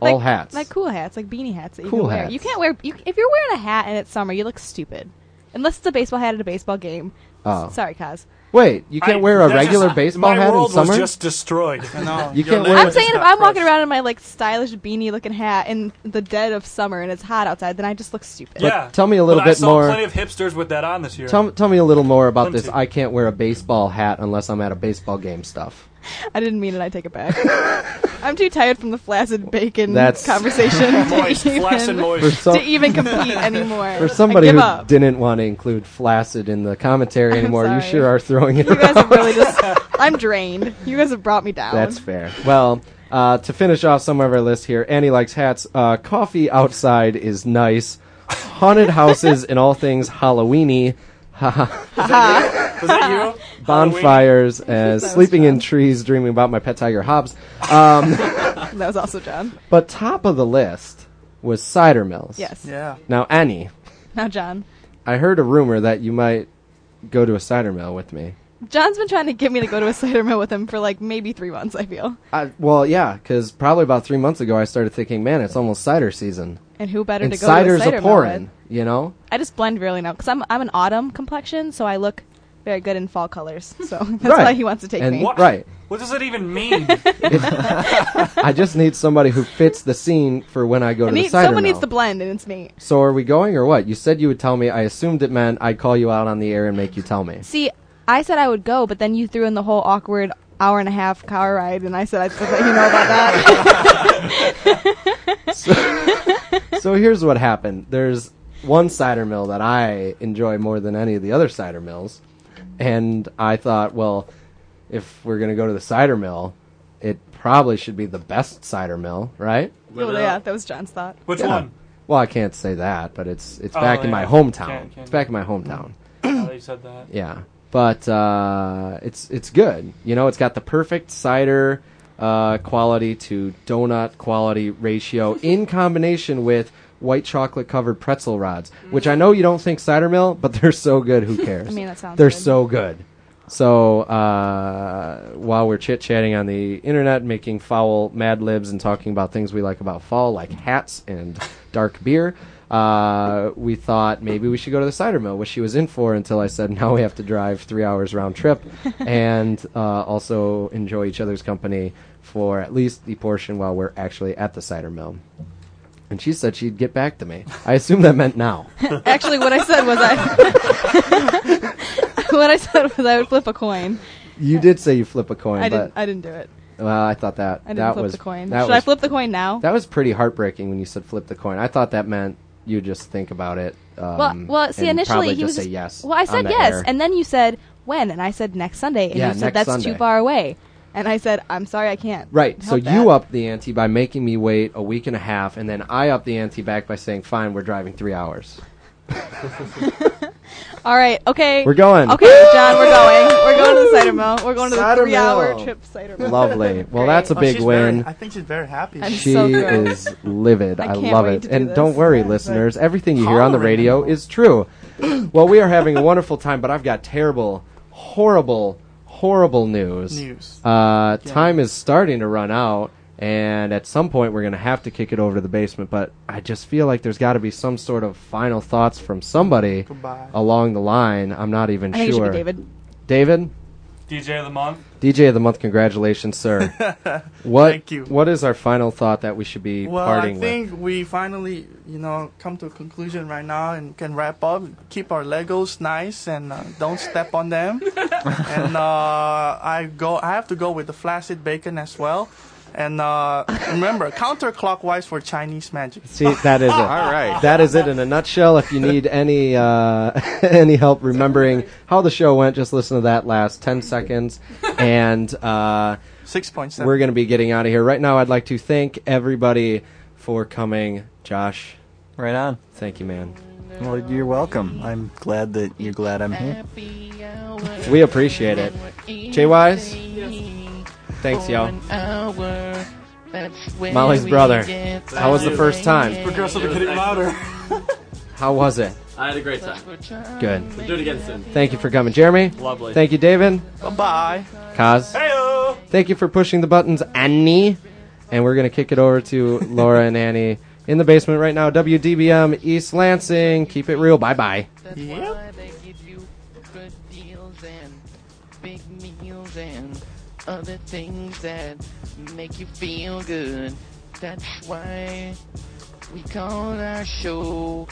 Speaker 6: all
Speaker 5: Like-
Speaker 6: hats?
Speaker 5: Like cool hats, like beanie hats that you
Speaker 6: Cool
Speaker 5: can wear.
Speaker 6: hats.
Speaker 5: You can't wear you, if you're wearing a hat and it's summer, you look stupid. Unless it's a baseball hat at a baseball game.
Speaker 6: Oh.
Speaker 5: S- Sorry, Kaz.
Speaker 6: Wait, you can't
Speaker 11: I-
Speaker 6: wear a
Speaker 11: that's
Speaker 6: regular
Speaker 11: just-
Speaker 6: baseball
Speaker 11: my
Speaker 6: hat in
Speaker 11: world
Speaker 6: summer.
Speaker 11: Was just destroyed.
Speaker 6: You
Speaker 11: Your
Speaker 6: can't
Speaker 11: life
Speaker 6: wear-
Speaker 5: I'm
Speaker 11: is
Speaker 5: saying if
Speaker 11: not
Speaker 5: I'm walking around in my like stylish beanie looking hat in the dead of summer and it's hot outside, then I just look stupid.
Speaker 11: yeah.
Speaker 6: tell me a little
Speaker 11: but I
Speaker 6: bit
Speaker 11: saw
Speaker 6: more-
Speaker 11: Plenty of hipsters with that on this year.
Speaker 6: Tell, tell me a little more about this.
Speaker 11: Plenty.
Speaker 6: I can't wear a baseball hat unless I'm at a baseball game stuff.
Speaker 5: I didn't mean it. I take it back. I'm too tired from the flaccid bacon
Speaker 6: That's-
Speaker 5: conversation
Speaker 11: Moist,
Speaker 5: to,
Speaker 11: flaccid
Speaker 5: even,
Speaker 11: moist.
Speaker 6: For some-
Speaker 5: to even compete anymore.
Speaker 6: For somebody
Speaker 5: I give
Speaker 6: who
Speaker 5: up.
Speaker 6: didn't want to include flaccid in the commentary anymore, you
Speaker 5: sorry.
Speaker 6: sure are throwing it.
Speaker 5: You guys have really just. I'm drained. You guys have brought me down.
Speaker 6: That's fair. Well, uh, to finish off some of our list here, Annie likes hats. Uh, coffee outside is nice. Haunted houses and all things Halloweeny. Haha.
Speaker 11: Was it you?
Speaker 6: Bonfires, uh, sleeping in trees, dreaming about my pet tiger Hobbs. Um,
Speaker 5: that was also John.
Speaker 6: but top of the list was cider mills.
Speaker 5: Yes. Yeah.
Speaker 6: Now, Annie,
Speaker 5: Now John.
Speaker 6: I heard a rumor that you might go to a cider mill with me.
Speaker 5: John's been trying to get me to go to a cider mill with him for like maybe three months. I feel.
Speaker 6: I, well, yeah, because probably about three months ago, I started thinking, man, it's almost cider season.
Speaker 5: And who better
Speaker 6: and
Speaker 5: to go to a
Speaker 6: cider's
Speaker 5: cider
Speaker 6: a
Speaker 5: mill
Speaker 6: pouring,
Speaker 5: with?
Speaker 6: you know.
Speaker 5: I just blend really now because I'm I'm an autumn complexion, so I look very good in fall colors. So that's
Speaker 6: Right.
Speaker 5: why he wants to take
Speaker 6: And
Speaker 5: me.
Speaker 6: what- right.
Speaker 11: What does it even mean?
Speaker 6: I just need somebody who fits the scene for when I go
Speaker 5: I
Speaker 6: to the
Speaker 5: need,
Speaker 6: cider
Speaker 5: someone
Speaker 6: mill.
Speaker 5: needs to blend, and it's me.
Speaker 6: so are we going or what? You said you would tell me. I assumed it meant I'd call you out on the air and make you tell me.
Speaker 5: See, I said I would go, but then you threw in the whole awkward hour and a half car ride, and I said I'd let you know about that.
Speaker 6: so here's what happened. There's one cider mill that I enjoy more than any of the other cider mills, and I thought, well, if we're gonna go to the cider mill, it probably should be the best cider mill, right?
Speaker 5: Well, yeah, that was John's thought.
Speaker 11: Which
Speaker 6: Yeah.
Speaker 11: one?
Speaker 6: Well, I can't say that, but it's it's
Speaker 11: Oh,
Speaker 6: back in
Speaker 11: yeah.
Speaker 6: my hometown.
Speaker 11: Can't- can't-
Speaker 6: It's back in my hometown.
Speaker 11: Oh, you said that.
Speaker 6: Yeah, but uh, it's it's good. You know, it's got the perfect cider uh, quality to donut quality ratio in combination with white chocolate covered pretzel rods, which I know you don't think cider mill, but they're so good. Who cares?
Speaker 5: I mean, that sounds
Speaker 6: They're
Speaker 5: good.
Speaker 6: so good. So uh, while we're chit chatting on the internet, making foul mad libs and talking about things we like about fall, like hats and dark beer, uh, we thought maybe we should go to the cider mill, which she was in for until I said now we have to drive three hours round trip and uh, also enjoy each other's company for at least the portion while we're actually at the cider mill. And she said she'd get back to me. I assume that meant now.
Speaker 5: Actually, what I said was I. what I said was I would flip a coin.
Speaker 6: You did say you flip a coin,
Speaker 5: I
Speaker 6: but
Speaker 5: didn't. I didn't do it.
Speaker 6: Well, I thought that
Speaker 5: I didn't
Speaker 6: that
Speaker 5: flip
Speaker 6: was
Speaker 5: the coin.
Speaker 6: that
Speaker 5: Should I
Speaker 6: was-
Speaker 5: flip the coin now?
Speaker 6: That was pretty heartbreaking when you said flip the coin. I thought that meant you just think about it. Um,
Speaker 5: well, well, see,
Speaker 6: and
Speaker 5: initially
Speaker 6: probably
Speaker 5: he
Speaker 6: just
Speaker 5: was
Speaker 6: say
Speaker 5: just-
Speaker 6: yes.
Speaker 5: Well, I
Speaker 6: on
Speaker 5: said
Speaker 6: the
Speaker 5: yes,
Speaker 6: air.
Speaker 5: and then you said when, and I said next Sunday, and
Speaker 6: Yeah,
Speaker 5: you said
Speaker 6: next
Speaker 5: that's
Speaker 6: Sunday.
Speaker 5: too far away, and I said I'm sorry, I can't.
Speaker 6: right. So
Speaker 5: help that.
Speaker 6: you upped the ante by making me wait a week and a half, and then I upped the ante back by saying, "Fine, we're driving three hours."
Speaker 5: All right. Okay.
Speaker 6: We're going.
Speaker 5: Okay, John, we're going. We're going to the cider mill. We're going to the
Speaker 6: Cider
Speaker 5: three-hour
Speaker 6: mill.
Speaker 5: trip cider mill.
Speaker 6: Lovely. Well, that's a
Speaker 7: Oh,
Speaker 6: big
Speaker 7: she's very-
Speaker 6: win.
Speaker 7: I think she's very happy.
Speaker 5: I'm
Speaker 6: she
Speaker 5: so thrilled.
Speaker 6: is livid. I,
Speaker 5: I can't
Speaker 6: love
Speaker 5: wait
Speaker 6: it.
Speaker 5: to do
Speaker 6: and
Speaker 5: this.
Speaker 6: don't worry, listeners. Everything you hear on the radio is true. well, we are having a wonderful time, but I've got terrible, horrible, horrible news.
Speaker 7: News.
Speaker 6: Uh, Time is starting to run out, and at some point we're going to have to kick it over to the basement. But I just feel like there's got to be some sort of final thoughts from somebody along the line. I'm not even
Speaker 11: I think it should be
Speaker 6: sure.
Speaker 11: David.
Speaker 6: David,
Speaker 11: DJ of the month.
Speaker 6: DJ of the month, congratulations, sir. what?
Speaker 7: Thank you.
Speaker 6: What is our final thought that we should be
Speaker 7: Well,
Speaker 6: parting
Speaker 7: I
Speaker 6: with?
Speaker 7: think we finally, you know, come to a conclusion right now and can wrap up. Keep our Legos nice and uh, don't step on them. and uh, I go, I have to go with the flaccid bacon as well. And uh, remember, counterclockwise for Chinese magic.
Speaker 6: See, that is it.
Speaker 7: All right.
Speaker 6: That is it in a nutshell. If you need any uh, any help remembering how the show went, just listen to that last ten seconds. And uh,
Speaker 7: six point seven.
Speaker 6: We're going to be getting out of here right now. I'd like to thank everybody for coming, Josh.
Speaker 8: Right on.
Speaker 6: Thank you, man.
Speaker 8: Well, you're welcome. I'm glad that you're glad I'm here.
Speaker 6: We appreciate it. Jay Wise, thanks, y'all. Molly's brother. How was the first time?
Speaker 11: progressively getting louder.
Speaker 6: How was it?
Speaker 10: I had a great time.
Speaker 6: Good.
Speaker 10: We'll do it again soon.
Speaker 6: Thank you for coming, Jeremy.
Speaker 10: Lovely.
Speaker 6: Thank you, David.
Speaker 10: Bye bye.
Speaker 6: Kaz. Thank you for pushing the buttons, Annie. And we're going to kick it over to Laura and Annie in the basement right now. WDBM East Lansing. Keep it real. Bye bye.
Speaker 13: why they give you good deals and big meals and other things that make you feel good. That's why we call our show.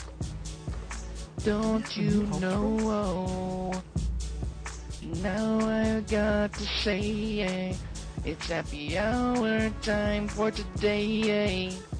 Speaker 13: Don't you know? oh, Now I got to say, eh, it's happy hour time for today. eh.